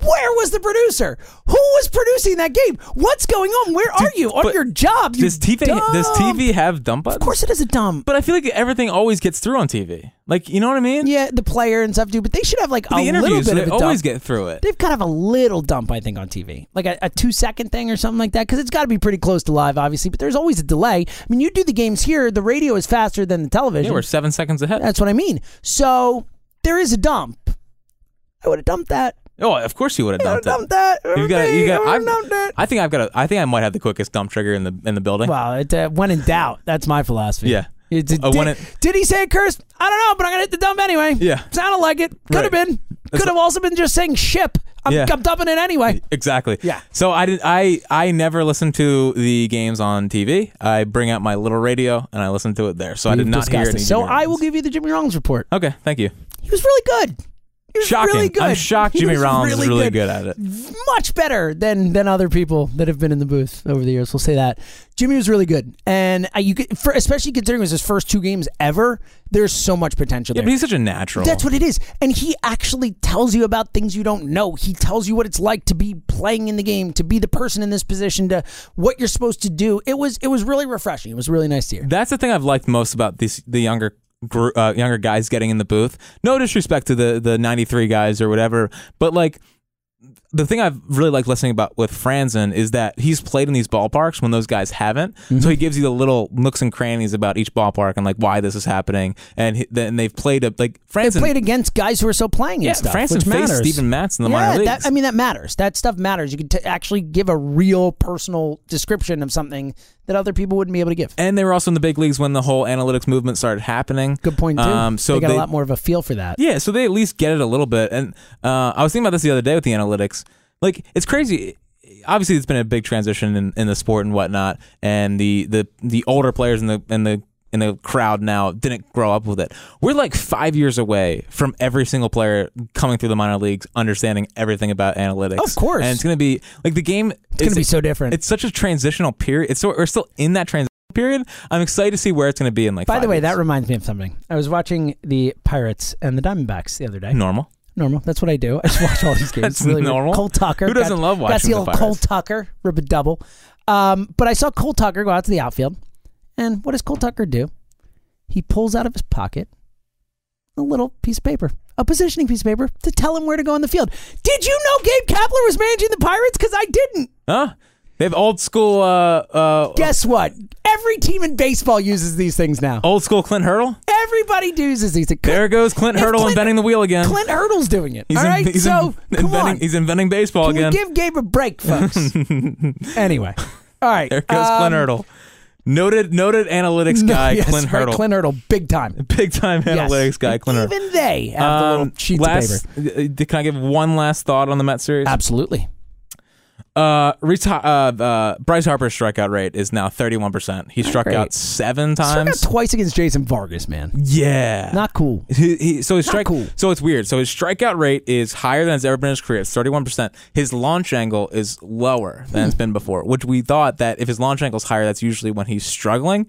Speaker 3: Where was the producer? Who was producing that game? What's going on? Where are you on
Speaker 4: but
Speaker 3: your job? You
Speaker 4: Does TV does
Speaker 3: dumb-
Speaker 4: TV have dump buttons?
Speaker 3: Of course, it is a dumb.
Speaker 4: But I feel like everything always gets through on TV. Like you know what I mean?
Speaker 3: yeah, the player and stuff do, but they should have like
Speaker 4: The
Speaker 3: a little
Speaker 4: interviews
Speaker 3: bit
Speaker 4: they
Speaker 3: of a
Speaker 4: always
Speaker 3: dump.
Speaker 4: get through it.
Speaker 3: They've kind of a little dump, I think, on TV, like a, a two second thing or something like that, because it's got to be pretty close to live, obviously. But there's always a delay. I mean, you do the games here; the radio is faster than the television.
Speaker 4: Yeah, we're seven seconds ahead.
Speaker 3: That's what I mean. So there is a dump. I would have dumped that.
Speaker 4: oh, of course you would have
Speaker 3: I
Speaker 4: dumped
Speaker 3: would have
Speaker 4: it.
Speaker 3: dumped that.
Speaker 4: You've got you got.
Speaker 3: I
Speaker 4: I've,
Speaker 3: would have dumped it.
Speaker 4: I think I've got. A, I think I might have the quickest dump trigger in the in the building.
Speaker 3: Well, it, uh, when in doubt, that's my philosophy.
Speaker 4: Yeah.
Speaker 3: It- did,
Speaker 4: Uh, when
Speaker 3: did-
Speaker 4: it-
Speaker 3: did he say a curse? I don't know, but I'm gonna hit the dump anyway.
Speaker 4: Yeah.
Speaker 3: sounded like it. Could have
Speaker 4: Right.
Speaker 3: been.
Speaker 4: That's
Speaker 3: Could have
Speaker 4: a-
Speaker 3: also been just saying ship. I'm,
Speaker 4: Yeah.
Speaker 3: I'm dumping it anyway.
Speaker 4: Exactly.
Speaker 3: Yeah.
Speaker 4: So I did. I I never listened to the games on TV. I bring out my little radio and I listen to it there. So I did
Speaker 3: We've
Speaker 4: not hear
Speaker 3: discussed
Speaker 4: any.
Speaker 3: this. So
Speaker 4: Jimmy
Speaker 3: I will
Speaker 4: Rollins.
Speaker 3: give you the Jimmy Rollins report.
Speaker 4: Okay. Thank you.
Speaker 3: He was really good. He was
Speaker 4: Shocking.
Speaker 3: really good.
Speaker 4: I'm shocked
Speaker 3: He
Speaker 4: Jimmy
Speaker 3: was
Speaker 4: Rollins is really good at it.
Speaker 3: much better than than other people that have been in the booth over the years. We'll say that Jimmy was really good, and uh, you could, for, especially considering it was his first two games ever. There's so much potential
Speaker 4: Yeah,
Speaker 3: there.
Speaker 4: but he's such a natural.
Speaker 3: That's what it is, and he actually tells you about things you don't know. He tells you what it's like to be playing in the game, to be the person in this position, to what you're supposed to do. It was it was really refreshing. It was really nice to hear.
Speaker 4: That's the thing I've liked most about these the younger gr- uh, younger guys getting in the booth. No disrespect to the the '93 guys or whatever, but like the thing I've really liked listening about with Franzen is that he's played in these ballparks when those guys haven't.
Speaker 3: Mm-hmm.
Speaker 4: So he gives you the little nooks and crannies about each ballpark and like why this is happening, and he, then they've played a like
Speaker 3: They
Speaker 4: Franzen
Speaker 3: played against guys who are still playing and
Speaker 4: yeah,
Speaker 3: stuff,
Speaker 4: Franzen
Speaker 3: which
Speaker 4: faced
Speaker 3: matters.
Speaker 4: Steven Matz in the
Speaker 3: yeah,
Speaker 4: minor leagues.
Speaker 3: that, I mean that matters. That stuff matters. You can t- actually give a real personal description of something that other people wouldn't be able to give.
Speaker 4: and they were also in the big leagues when the whole analytics movement started happening.
Speaker 3: Good point too.
Speaker 4: Um, so
Speaker 3: they got
Speaker 4: they-
Speaker 3: a lot more of a feel for that.
Speaker 4: Yeah, so they at least get it a little bit. And uh, I was thinking about this the other day with the analytics. Like, it's crazy. Obviously, it's been a big transition in, in the sport and whatnot, and the, the the older players in the in the in the crowd now didn't grow up with it. We're like five years away from every single player coming through the minor leagues understanding everything about analytics.
Speaker 3: Of course.
Speaker 4: and it's gonna be like the game. It's
Speaker 3: gonna be so different.
Speaker 4: It's such a transitional period. It's so we're still in that transition period. I'm excited to see where it's gonna be in like.
Speaker 3: By
Speaker 4: five
Speaker 3: the way,
Speaker 4: years.
Speaker 3: that reminds me of something. I was watching the Pirates and the Diamondbacks the other day.
Speaker 4: normal.
Speaker 3: Normal. That's what I do. I just watch all these games.
Speaker 4: That's
Speaker 3: It's really weird.
Speaker 4: normal.
Speaker 3: Cole Tucker.
Speaker 4: Who doesn't
Speaker 3: got,
Speaker 4: love
Speaker 3: Got to
Speaker 4: watching
Speaker 3: see
Speaker 4: the
Speaker 3: old Cole
Speaker 4: Pirates?
Speaker 3: Tucker rip a double. Um, but I saw Cole Tucker go out to the outfield, and what does Cole Tucker do? He pulls out of his pocket a little piece of paper, a positioning piece of paper, to tell him where to go on the field. Did you know Gabe Kapler was managing the Pirates? Because I didn't.
Speaker 4: Huh? They have old school, uh, uh,
Speaker 3: Guess what? Every team in baseball uses these things now.
Speaker 4: old school Clint Hurdle.
Speaker 3: Everybody uses these. Clint,
Speaker 4: There goes Clint
Speaker 3: If
Speaker 4: Hurdle
Speaker 3: Clint-
Speaker 4: inventing the wheel again.
Speaker 3: Clint Hurdle's doing it.
Speaker 4: he's
Speaker 3: all
Speaker 4: in-
Speaker 3: right,
Speaker 4: he's in-
Speaker 3: so come
Speaker 4: inventing,
Speaker 3: on.
Speaker 4: he's inventing baseball
Speaker 3: Can
Speaker 4: again.
Speaker 3: we give Gabe a break, folks? anyway, all right.
Speaker 4: there goes
Speaker 3: um,
Speaker 4: Clint Hurdle, noted noted analytics
Speaker 3: no,
Speaker 4: guy
Speaker 3: yes,
Speaker 4: Clint
Speaker 3: right,
Speaker 4: Hurdle,
Speaker 3: Clint Hurdle, big time.
Speaker 4: big time
Speaker 3: Yes.
Speaker 4: analytics guy Clint Hurdle.
Speaker 3: Even they have the little sheets
Speaker 4: Um, last,
Speaker 3: of paper.
Speaker 4: uh, Can I give one last thought on the Met series?
Speaker 3: Absolutely.
Speaker 4: Uh, reti- uh, uh, Bryce Harper's strikeout rate is now 31%. He struck
Speaker 3: great.
Speaker 4: out seven
Speaker 3: Struck out
Speaker 4: times.
Speaker 3: twice against Jason Vargas, man.
Speaker 4: yeah.
Speaker 3: Not cool.
Speaker 4: He, he, so his strike,
Speaker 3: cool.
Speaker 4: so it's weird. So his strikeout rate is higher than it's ever been in his career. It's thirty one percent. His launch angle is lower than
Speaker 3: Hmm.
Speaker 4: it's been before, which we thought that if his launch angle is higher, that's usually when he's struggling.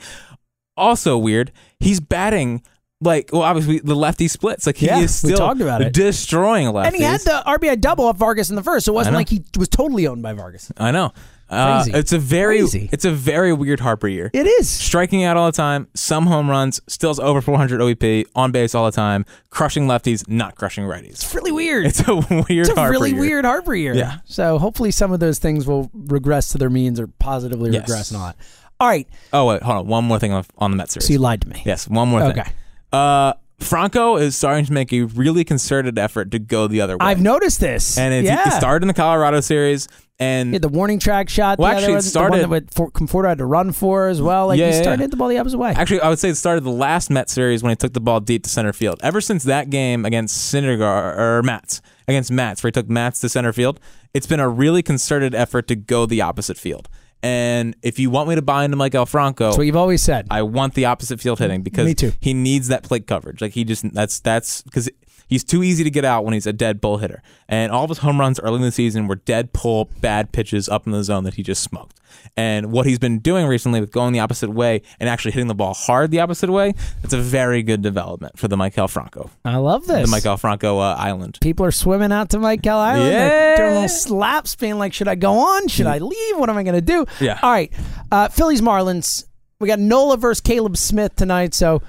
Speaker 4: Also weird, he's batting like well, obviously the lefty splits. Like he
Speaker 3: Yeah,
Speaker 4: is
Speaker 3: we
Speaker 4: still
Speaker 3: talked about it.
Speaker 4: destroying lefties.
Speaker 3: And he had the RBI double off Vargas in the first, so it wasn't
Speaker 4: know.
Speaker 3: like he was totally owned by Vargas.
Speaker 4: I know. Uh,
Speaker 3: Crazy.
Speaker 4: it's a very
Speaker 3: Crazy.
Speaker 4: it's a very weird Harper year.
Speaker 3: It is.
Speaker 4: striking out all the time, some home runs, stills over 400 OEP, E on base all the time, crushing lefties, not crushing righties.
Speaker 3: It's really weird.
Speaker 4: It's a weird.
Speaker 3: It's a
Speaker 4: Harper
Speaker 3: really
Speaker 4: year.
Speaker 3: weird Harper year.
Speaker 4: Yeah.
Speaker 3: So hopefully some of those things will regress to their means or positively
Speaker 4: Yes.
Speaker 3: regress not. All right.
Speaker 4: Oh wait, hold on. One more thing on, on the Mets series.
Speaker 3: So you lied to me.
Speaker 4: yes, one more thing.
Speaker 3: Okay.
Speaker 4: Uh, Franco is starting to make a really concerted effort to go the other way.
Speaker 3: I've noticed this.
Speaker 4: and it's,
Speaker 3: yeah.
Speaker 4: it started in the Colorado series, and
Speaker 3: He had the warning track shot.
Speaker 4: Well,
Speaker 3: the
Speaker 4: actually,
Speaker 3: other
Speaker 4: it
Speaker 3: one,
Speaker 4: started-
Speaker 3: The one that would- Conforto had to run for as well. Like
Speaker 4: Yeah,
Speaker 3: he
Speaker 4: yeah,
Speaker 3: started
Speaker 4: yeah.
Speaker 3: to hit the ball the opposite way.
Speaker 4: Actually, I would say it started the last Met series when he took the ball deep to center field. Ever since that game against Syndergaard or Mats against Mats, where he took Mats to center field, it's been a really concerted effort to go the opposite field. And if you want me to buy into Mike Alfranco,
Speaker 3: That's what you've always said.
Speaker 4: I want the opposite field hitting because
Speaker 3: Mm, Me too.
Speaker 4: he needs that plate coverage. Like he just that's that's because he's too easy to get out when he's a dead bull hitter. And all of his home runs early in the season were dead pull, bad pitches up in the zone that he just smoked. And what he's been doing recently with going the opposite way and actually hitting the ball hard the opposite way, that's a very good development for the Michael Franco,
Speaker 3: I love this.
Speaker 4: the Michael Franco uh, Island.
Speaker 3: People are swimming out to Michael Island. They're
Speaker 4: Yeah. Mm-hmm.
Speaker 3: doing little slaps, being like, should I go on? Should I leave? What am I going to do?
Speaker 4: Yeah.
Speaker 3: All right. Uh, Phillies Marlins. We got Nola versus Caleb Smith tonight. So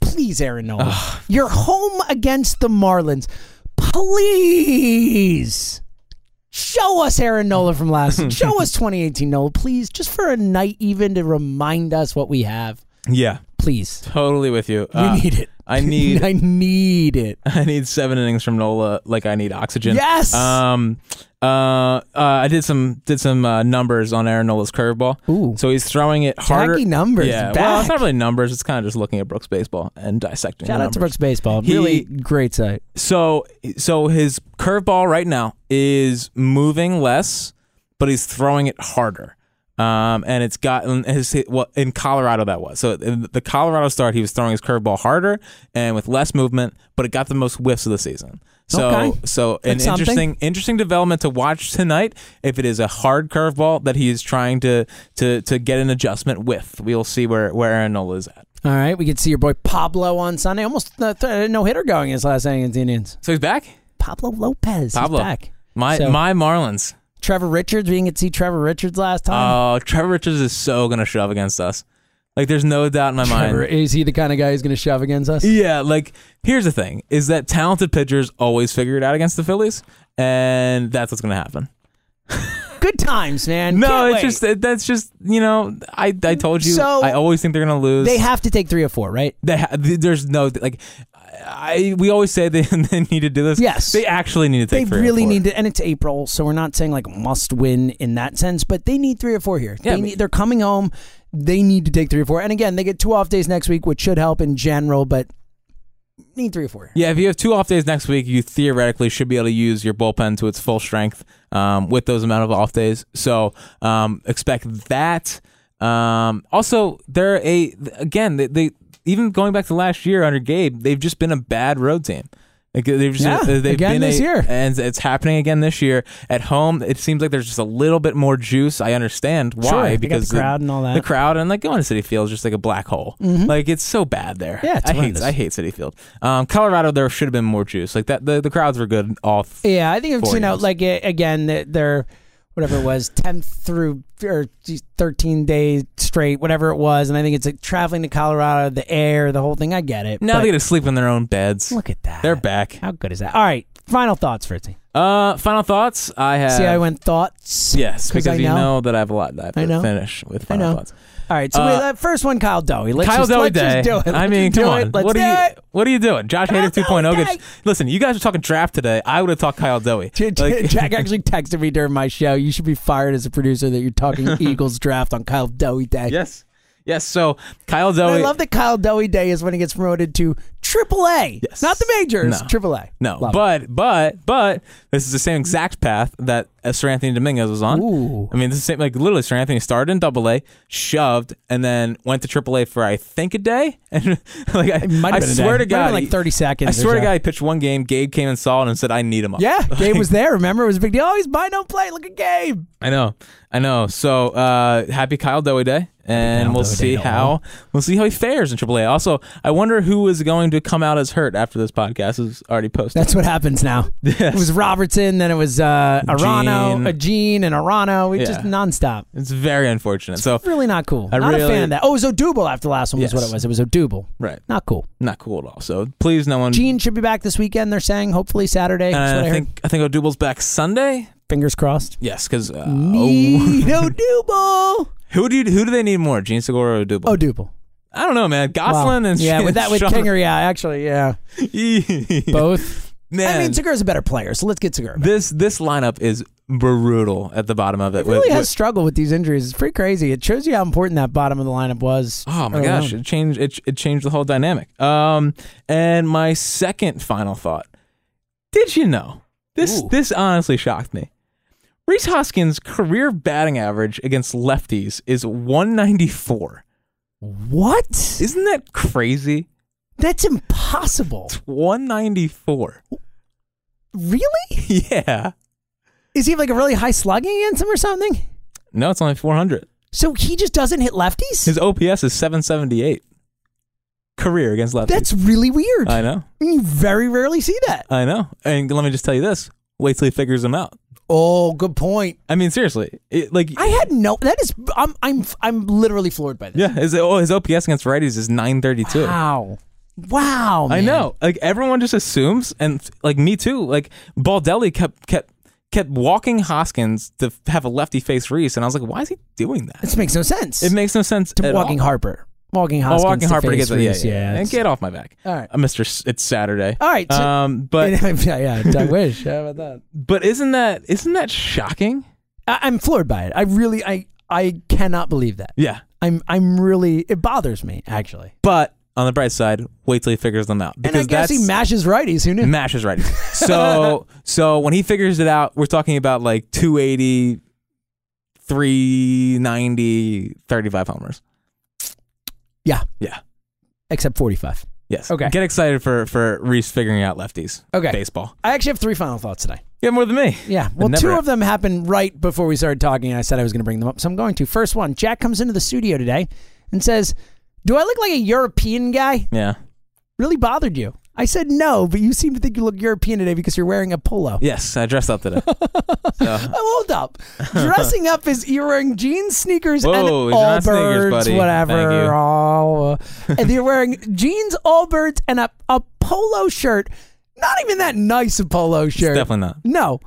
Speaker 3: please, Aaron Nola. You're home against the Marlins. Please show us Aaron Nola from last. show us 2018 Nola, please, just for a night even to remind us what we have.
Speaker 4: Yeah,
Speaker 3: Please.
Speaker 4: totally with you. Uh,
Speaker 3: We need it.
Speaker 4: I need
Speaker 3: I need it.
Speaker 4: I need seven innings from Nola, like I need oxygen.
Speaker 3: Yes!
Speaker 4: Um. Uh. uh I did some did some uh, numbers on Aaron Nola's curveball.
Speaker 3: Ooh.
Speaker 4: So he's throwing it harder.
Speaker 3: Tacky numbers,
Speaker 4: Yeah.
Speaker 3: back.
Speaker 4: Well, it's not really numbers. It's kind of just looking at Brooks baseball and dissecting.
Speaker 3: Shout
Speaker 4: the
Speaker 3: out to
Speaker 4: numbers.
Speaker 3: Brooks Baseball.
Speaker 4: He-
Speaker 3: really great site.
Speaker 4: So so his curveball right now is moving less, but he's throwing it harder. Um, and it's gotten his well in Colorado that was so in the Colorado start he was throwing his curveball harder and with less movement, but it got the most whiffs of the season. So
Speaker 3: Okay.
Speaker 4: so an
Speaker 3: That's something.
Speaker 4: interesting interesting development to watch tonight. If it is a hard curveball that he is trying to to to get an adjustment with, we'll see where where Aaron Nola is at.
Speaker 3: All right, we could see your boy Pablo on Sunday. Almost uh, th- no hitter going his last inning against the Indians.
Speaker 4: So he's back.
Speaker 3: Pablo Lopez.
Speaker 4: Pablo.
Speaker 3: He's back.
Speaker 4: My
Speaker 3: So-
Speaker 4: my Marlins.
Speaker 3: Trevor Richards. We didn't get to see Trevor Richards last time.
Speaker 4: Oh, Trevor Richards is so gonna shove against us. Like, there's no doubt in my
Speaker 3: Trevor,
Speaker 4: Oh, mind.
Speaker 3: is he the kind of guy who's going to shove against us?
Speaker 4: Yeah, like here's the thing: is that talented pitchers always figure it out against the Phillies, and that's what's gonna happen.
Speaker 3: Good times, man.
Speaker 4: No,
Speaker 3: Can't
Speaker 4: it's
Speaker 3: wait.
Speaker 4: just it, that's just you know I I told you
Speaker 3: So-
Speaker 4: I always think they're gonna lose.
Speaker 3: they have to take three or four, right?
Speaker 4: They ha- th- there's no like I we always say they, they need to do this.
Speaker 3: Yes.
Speaker 4: they actually need to
Speaker 3: They
Speaker 4: take. three or
Speaker 3: really
Speaker 4: four.
Speaker 3: need to, and it's April, so we're not saying like must win in that sense, but they need three or four here.
Speaker 4: Yeah, I
Speaker 3: they
Speaker 4: mean-
Speaker 3: need, they're coming home. They need to take three or four, and again, they get two off days next week, which should help in general, but need three or four. Here.
Speaker 4: Yeah, if you have two off days next week, you theoretically should be able to use your bullpen to its full strength um, with those amount of off days. So um, expect that. Um, also, they're a again they, they even going back to last year under Gabe, they've just been a bad road team. Like, they've just,
Speaker 3: Yeah,
Speaker 4: they've
Speaker 3: again
Speaker 4: been
Speaker 3: this
Speaker 4: a-
Speaker 3: year.
Speaker 4: and it's happening again this year at home. It seems like there's just a little bit more juice. I understand why
Speaker 3: Sure, they got
Speaker 4: because
Speaker 3: the crowd and all that.
Speaker 4: The crowd and like going to City Field is just like a black hole. Like it's so bad there.
Speaker 3: Mm-hmm. Yeah, it's
Speaker 4: I hate
Speaker 3: horrendous.
Speaker 4: I hate City Field. Um, Colorado, there should have been more juice. Like that, the, the crowds were good. All th-
Speaker 3: Yeah, I think I've
Speaker 4: four
Speaker 3: seen out
Speaker 4: years.
Speaker 3: like uh, again that they're whatever it was, tenth through or geez, thirteen days straight, whatever it was, and I think it's like traveling to Colorado, the air, the whole thing. I get it.
Speaker 4: now
Speaker 3: but
Speaker 4: they get to sleep in their own beds.
Speaker 3: look at that.
Speaker 4: They're back.
Speaker 3: How good is that? All right, final thoughts, Fritzy.
Speaker 4: Uh, final thoughts. I have.
Speaker 3: See, I went thoughts.
Speaker 4: Uh, Yes, because
Speaker 3: I
Speaker 4: you know. that I have a lot. That I have
Speaker 3: I
Speaker 4: to
Speaker 3: know.
Speaker 4: finish with
Speaker 3: I
Speaker 4: final
Speaker 3: know.
Speaker 4: thoughts.
Speaker 3: All right, so
Speaker 4: Uh,
Speaker 3: wait, that first one, Kyle Dowie. Let's
Speaker 4: Kyle
Speaker 3: just,
Speaker 4: Dowie
Speaker 3: let's
Speaker 4: Day.
Speaker 3: just do it.
Speaker 4: I
Speaker 3: Let's
Speaker 4: mean,
Speaker 3: just
Speaker 4: come
Speaker 3: do
Speaker 4: on.
Speaker 3: It. Let's
Speaker 4: what
Speaker 3: do
Speaker 4: are you?
Speaker 3: it.
Speaker 4: What are you doing? Josh
Speaker 3: Kyle
Speaker 4: Hader 2.0
Speaker 3: Dowie
Speaker 4: gets.
Speaker 3: Day.
Speaker 4: Listen, you guys are talking draft today. I would have talked Kyle Dowie. Like-
Speaker 3: Jack actually texted me during my show. You should be fired as a producer that you're talking Eagles draft on Kyle Dowie Day.
Speaker 4: yes, yes. So Kyle Dowie.
Speaker 3: I love that Kyle Dowie Day is when he gets promoted to Triple A.
Speaker 4: Yes.
Speaker 3: Not the majors,
Speaker 4: No.
Speaker 3: Triple A.
Speaker 4: No,
Speaker 3: Love it.
Speaker 4: but but but this is the same exact path that uh, Sir Anthony Dominguez was on.
Speaker 3: Ooh.
Speaker 4: I mean, this is same, like literally Sir Anthony started in Double A, shoved, and then went to Triple A for I think a day. And like I,
Speaker 3: might
Speaker 4: I
Speaker 3: have been a
Speaker 4: swear
Speaker 3: day.
Speaker 4: to
Speaker 3: Might
Speaker 4: God,
Speaker 3: have been, like, 30 seconds
Speaker 4: I
Speaker 3: or
Speaker 4: swear to
Speaker 3: so.
Speaker 4: God, he pitched one game. Gabe came and saw it and said, "I need him up."
Speaker 3: Yeah, Gabe was there. Remember, it was a big deal. Oh, he's by don't play. Look at Gabe.
Speaker 4: I know, I know. So uh, happy Kyle Dowie Day, and
Speaker 3: Kyle
Speaker 4: we'll
Speaker 3: Dowie
Speaker 4: see
Speaker 3: Day,
Speaker 4: how we'll see how he fares in AAA. Also, I wonder who is going to come out as hurt after this podcast is already posted.
Speaker 3: That's what happens now. It was Robertson, then it was uh, Arano,
Speaker 4: Gene.
Speaker 3: a Gene, and Arano. It just
Speaker 4: Yeah.
Speaker 3: nonstop.
Speaker 4: It's very unfortunate. So
Speaker 3: Really not cool.
Speaker 4: I
Speaker 3: not a
Speaker 4: really-
Speaker 3: fan of that. Oh, it was Odubel after the last one was
Speaker 4: Yes.
Speaker 3: what it was. It was Odubel.
Speaker 4: right,
Speaker 3: Not cool.
Speaker 4: not cool at all. So please, no one.
Speaker 3: Gene should be back this weekend. They're saying hopefully Saturday. That's
Speaker 4: And
Speaker 3: what I,
Speaker 4: Mm. Uh, I
Speaker 3: heard.
Speaker 4: think I think Odubel's back Sunday.
Speaker 3: Fingers crossed.
Speaker 4: Yes, because uh,
Speaker 3: Need Odubel.
Speaker 4: who do you, who do they need more, Gene Segura or Odubel?
Speaker 3: Odubel.
Speaker 4: I don't know, man.
Speaker 3: Wow.
Speaker 4: Goslin and
Speaker 3: yeah, with that with
Speaker 4: Sean-
Speaker 3: Kingery, yeah, actually, yeah, both.
Speaker 4: man,
Speaker 3: I mean, Segura's a better player, so let's get Segura. back.
Speaker 4: this this lineup is brutal at the bottom of it. with-
Speaker 3: really has
Speaker 4: with-
Speaker 3: struggled with these injuries. It's pretty crazy. It shows you how important that bottom of the lineup was.
Speaker 4: Oh my
Speaker 3: early
Speaker 4: gosh,
Speaker 3: on.
Speaker 4: it changed it, it changed the whole dynamic. Um and my second final thought. Did you know? This
Speaker 3: Ooh.
Speaker 4: this honestly shocked me. Reese Hoskins' career batting average against lefties is 194.
Speaker 3: What?
Speaker 4: Isn't that crazy?
Speaker 3: That's impossible.
Speaker 4: 194.
Speaker 3: Really?
Speaker 4: yeah.
Speaker 3: Is he like a really high slugging against him or something?
Speaker 4: No, it's only 400.
Speaker 3: So he just doesn't hit lefties?
Speaker 4: His OPS is 778. Career against lefties.
Speaker 3: That's really weird.
Speaker 4: I know.
Speaker 3: You very rarely see that.
Speaker 4: I know. And let me just tell you this. Wait till he figures them out.
Speaker 3: Oh, good point.
Speaker 4: I mean, seriously. It, like
Speaker 3: I had no. That is. I'm. I'm. I'm literally floored by this.
Speaker 4: Yeah, his, oh, his OPS against righties is 932.
Speaker 3: Wow. Wow.
Speaker 4: I
Speaker 3: man.
Speaker 4: know. Like everyone just assumes, and like me too. Like Baldelli kept kept kept walking Hoskins to f- have a lefty face Reese, and I was like, why is he doing that?
Speaker 3: This makes no sense.
Speaker 4: It makes no sense.
Speaker 3: to
Speaker 4: at
Speaker 3: walking
Speaker 4: all.
Speaker 3: Harper. Walking Hoskins.
Speaker 4: Oh, walking Harper to
Speaker 3: face
Speaker 4: get the yeah,
Speaker 3: Reese,
Speaker 4: yeah, and
Speaker 3: it's-
Speaker 4: get off my back.
Speaker 3: All right.
Speaker 4: Uh, Mister. S- It's Saturday.
Speaker 3: All right, so-
Speaker 4: um, but
Speaker 3: yeah, yeah. I wish. How about that?
Speaker 4: but isn't that isn't that shocking?
Speaker 3: I, I'm floored by it. I really. I. I cannot believe that.
Speaker 4: Yeah.
Speaker 3: I'm. I'm really. It bothers me actually.
Speaker 4: But on the bright side, wait till he figures them out because
Speaker 3: and I guess
Speaker 4: that's
Speaker 3: he mashes righties. Who knew?
Speaker 4: Mashes righties. So so when he figures it out, we're talking about like 280, 390, 35 homers.
Speaker 3: yeah.
Speaker 4: Yeah.
Speaker 3: Except 45.
Speaker 4: Yes.
Speaker 3: Okay.
Speaker 4: Get excited for for Reese figuring out lefties.
Speaker 3: Okay.
Speaker 4: Baseball.
Speaker 3: I actually have three final thoughts today.
Speaker 4: You have more than me.
Speaker 3: Yeah.
Speaker 4: I
Speaker 3: Well,
Speaker 4: never
Speaker 3: two
Speaker 4: have.
Speaker 3: of them happened right before we started talking, and I said I was going to bring them up. So I'm going to. First one Jack comes into the studio today and says, Do I look like a European guy?
Speaker 4: Yeah.
Speaker 3: Really bothered you. I said no, but you seem to think you look European today because you're wearing a polo.
Speaker 4: Yes, I dressed up today.
Speaker 3: Oh, hold up. Dressing up is you're wearing jeans, sneakers,
Speaker 4: Whoa,
Speaker 3: and
Speaker 4: they're
Speaker 3: all
Speaker 4: not sneakers,
Speaker 3: birds,
Speaker 4: buddy.
Speaker 3: whatever.
Speaker 4: Thank you.
Speaker 3: all- uh, and you're wearing jeans, all birds, and a, a polo shirt. Not even that nice a polo shirt.
Speaker 4: Definitely not.
Speaker 3: No.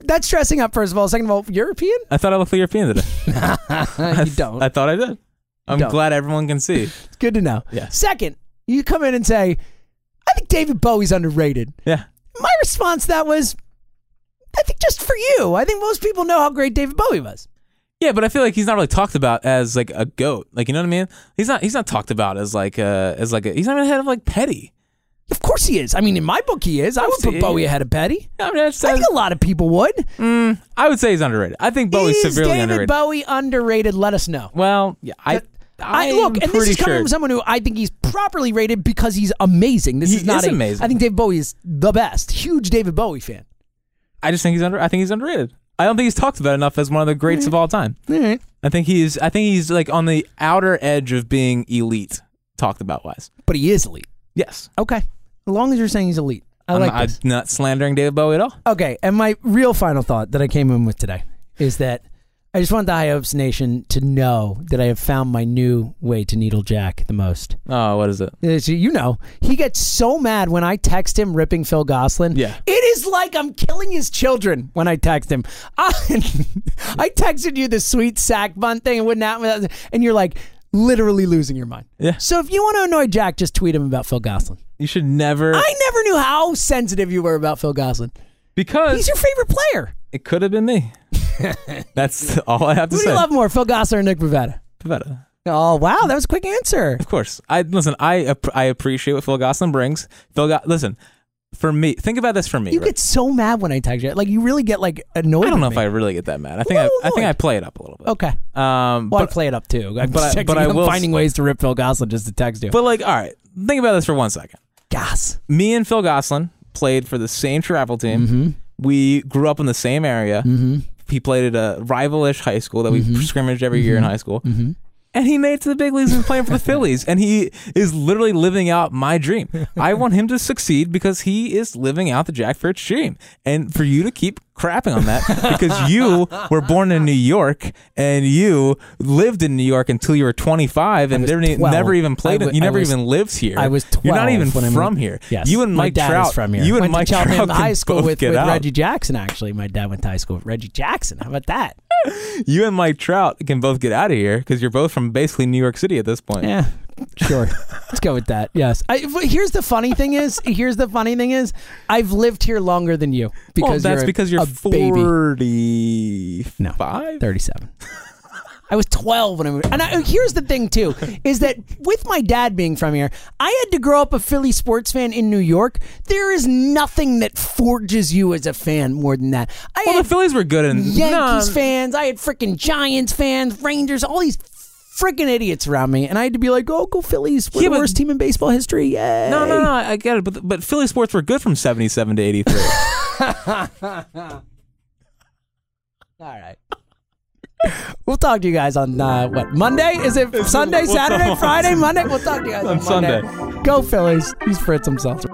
Speaker 3: That's dressing up, first of all. Second of all, European?
Speaker 4: I thought I looked like European today.
Speaker 3: Uh, you don't.
Speaker 4: I thought I did. I'm
Speaker 3: don't.
Speaker 4: glad everyone can see.
Speaker 3: it's good to know.
Speaker 4: Yeah.
Speaker 3: Second, you come in and say, I think David Bowie's underrated.
Speaker 4: Yeah.
Speaker 3: My response to that was, I think just for you. I think most people know how great David Bowie was.
Speaker 4: Yeah, but I feel like he's not really talked about as like a goat. Like you know what I mean? He's not he's not talked about as like uh as like a, he's not even ahead of like Petty.
Speaker 3: Of course he is. I mean, in my book, he is. I would put
Speaker 4: he
Speaker 3: Bowie
Speaker 4: is.
Speaker 3: ahead of Petty.
Speaker 4: I, mean, that's-
Speaker 3: I think a lot of people would.
Speaker 4: I would say he's underrated. I think Bowie's
Speaker 3: is
Speaker 4: severely
Speaker 3: David
Speaker 4: underrated.
Speaker 3: Bowie underrated? Let us know.
Speaker 4: Well, yeah, I,
Speaker 3: I
Speaker 4: I
Speaker 3: look, and this is coming from someone who I think he's properly rated because he's amazing. This
Speaker 4: He
Speaker 3: is not
Speaker 4: is
Speaker 3: a-
Speaker 4: amazing.
Speaker 3: I think David Bowie is the best. Huge David Bowie fan.
Speaker 4: I just think he's under. I think he's underrated. I don't think he's talked about enough as one of the greats
Speaker 3: Mm-hmm.
Speaker 4: of all time.
Speaker 3: All right,
Speaker 4: I think he's. I think he's like on the outer edge of being elite, talked about wise.
Speaker 3: but he is elite.
Speaker 4: Yes,
Speaker 3: Okay, as long as you're saying he's elite, I
Speaker 4: I'm
Speaker 3: like
Speaker 4: not,
Speaker 3: this.
Speaker 4: I'm not slandering David Bowie at all.
Speaker 3: Okay, and my real final thought that I came in with today is that I just want the High Hopes Nation to know that I have found my new way to needle Jack the most.
Speaker 4: Oh, what is it?
Speaker 3: Uh, so You know, he gets so mad when I text him ripping Phil Goslin.
Speaker 4: Yeah.
Speaker 3: It is like I'm killing his children when I text him. I, I texted you the sweet sack bun thing and wouldn't happen, and you're like literally losing your mind.
Speaker 4: Yeah.
Speaker 3: So if you want to annoy Jack, just tweet him about Phil Goslin.
Speaker 4: You should never
Speaker 3: I never knew how sensitive you were about Phil Goslin.
Speaker 4: because
Speaker 3: He's your favorite player.
Speaker 4: it could have been me. That's all I have to
Speaker 3: Who do
Speaker 4: say.
Speaker 3: you love more, Phil Goslin or Nick Pavetta?
Speaker 4: Pavetta.
Speaker 3: Oh wow, that was a quick answer.
Speaker 4: Of course. I listen. I app- I appreciate what Phil Gosselin brings. Phil, Go- listen. for me, think about this for me.
Speaker 3: You
Speaker 4: right?
Speaker 3: get so mad when I text you. Like you really get like annoyed.
Speaker 4: I don't know
Speaker 3: with
Speaker 4: if I really get that mad. I think I,
Speaker 3: Well,
Speaker 4: I think
Speaker 3: look.
Speaker 4: I play it up a little bit.
Speaker 3: Okay.
Speaker 4: Um,
Speaker 3: Oh, Well, I
Speaker 4: but,
Speaker 3: play it up too. I'm,
Speaker 4: but I-
Speaker 3: texting,
Speaker 4: but I
Speaker 3: I'm
Speaker 4: will-
Speaker 3: finding ways to rip Phil Goslin just to text you.
Speaker 4: but like, all right, think about this for one second.
Speaker 3: Goss.
Speaker 4: Me and Phil Goslin played for the same travel team.
Speaker 3: Mm-hmm.
Speaker 4: We grew up in the same area. He played at a rival-ish high school that we
Speaker 3: Mm-hmm.
Speaker 4: scrimmaged every year in high school. And he made it to the big leagues and playing for the Phillies. And he is literally living out my dream. I want him to succeed because he is living out the Jack Fritz dream. And for you to keep crapping on that because you were born in New York and you lived in New York until you were 25 and
Speaker 3: was
Speaker 4: never,
Speaker 3: 12.
Speaker 4: never even played
Speaker 3: I
Speaker 4: it.
Speaker 3: wa-
Speaker 4: You
Speaker 3: I
Speaker 4: never
Speaker 3: was-
Speaker 4: even lived here.
Speaker 3: I was
Speaker 4: You're not
Speaker 3: 12
Speaker 4: even
Speaker 3: when I
Speaker 4: from
Speaker 3: moved-
Speaker 4: here.
Speaker 3: Yes.
Speaker 4: You and
Speaker 3: my
Speaker 4: Mike
Speaker 3: dad
Speaker 4: Trout
Speaker 3: is from here.
Speaker 4: You and
Speaker 3: went
Speaker 4: Mike
Speaker 3: to Cheltenham
Speaker 4: Trout can
Speaker 3: High School
Speaker 4: both
Speaker 3: with,
Speaker 4: get
Speaker 3: with
Speaker 4: out.
Speaker 3: Reggie Jackson. Actually, my dad went to high school with Reggie Jackson. How about that?
Speaker 4: You and Mike Trout can both get out of here because you're both from basically New York City at this point.
Speaker 3: Yeah, sure. Let's go with that. Yes. I, but here's the funny thing is. Here's the funny thing is. I've lived here longer than you because
Speaker 4: well, that's
Speaker 3: you're a-
Speaker 4: because you're
Speaker 3: a baby.
Speaker 4: 45.
Speaker 3: No, thirty-seven. I was twelve when I moved. And I, oh, here's the thing too is that with my dad being from here, I had to grow up a Philly sports fan in New York. There is nothing that forges you as a fan more than that. I
Speaker 4: Well,
Speaker 3: had
Speaker 4: the Phillies were good in
Speaker 3: Yankees
Speaker 4: No,
Speaker 3: fans. I had freaking Giants fans, Rangers, all these freaking idiots around me, and I had to be like, "Oh, go Phillies! We're
Speaker 4: Yeah,
Speaker 3: the
Speaker 4: but-
Speaker 3: worst team in baseball history!" Yay!
Speaker 4: No, no, no. I get it, but but Philly sports were good from '77 to '83.
Speaker 3: All right. We'll talk to you guys on uh, what Monday? Is it Sunday,
Speaker 4: we'll
Speaker 3: Saturday,
Speaker 4: talk-
Speaker 3: Friday, Monday? We'll talk to you guys on,
Speaker 4: On Sunday.
Speaker 3: Monday. Go Phillies! He's Fritz himself.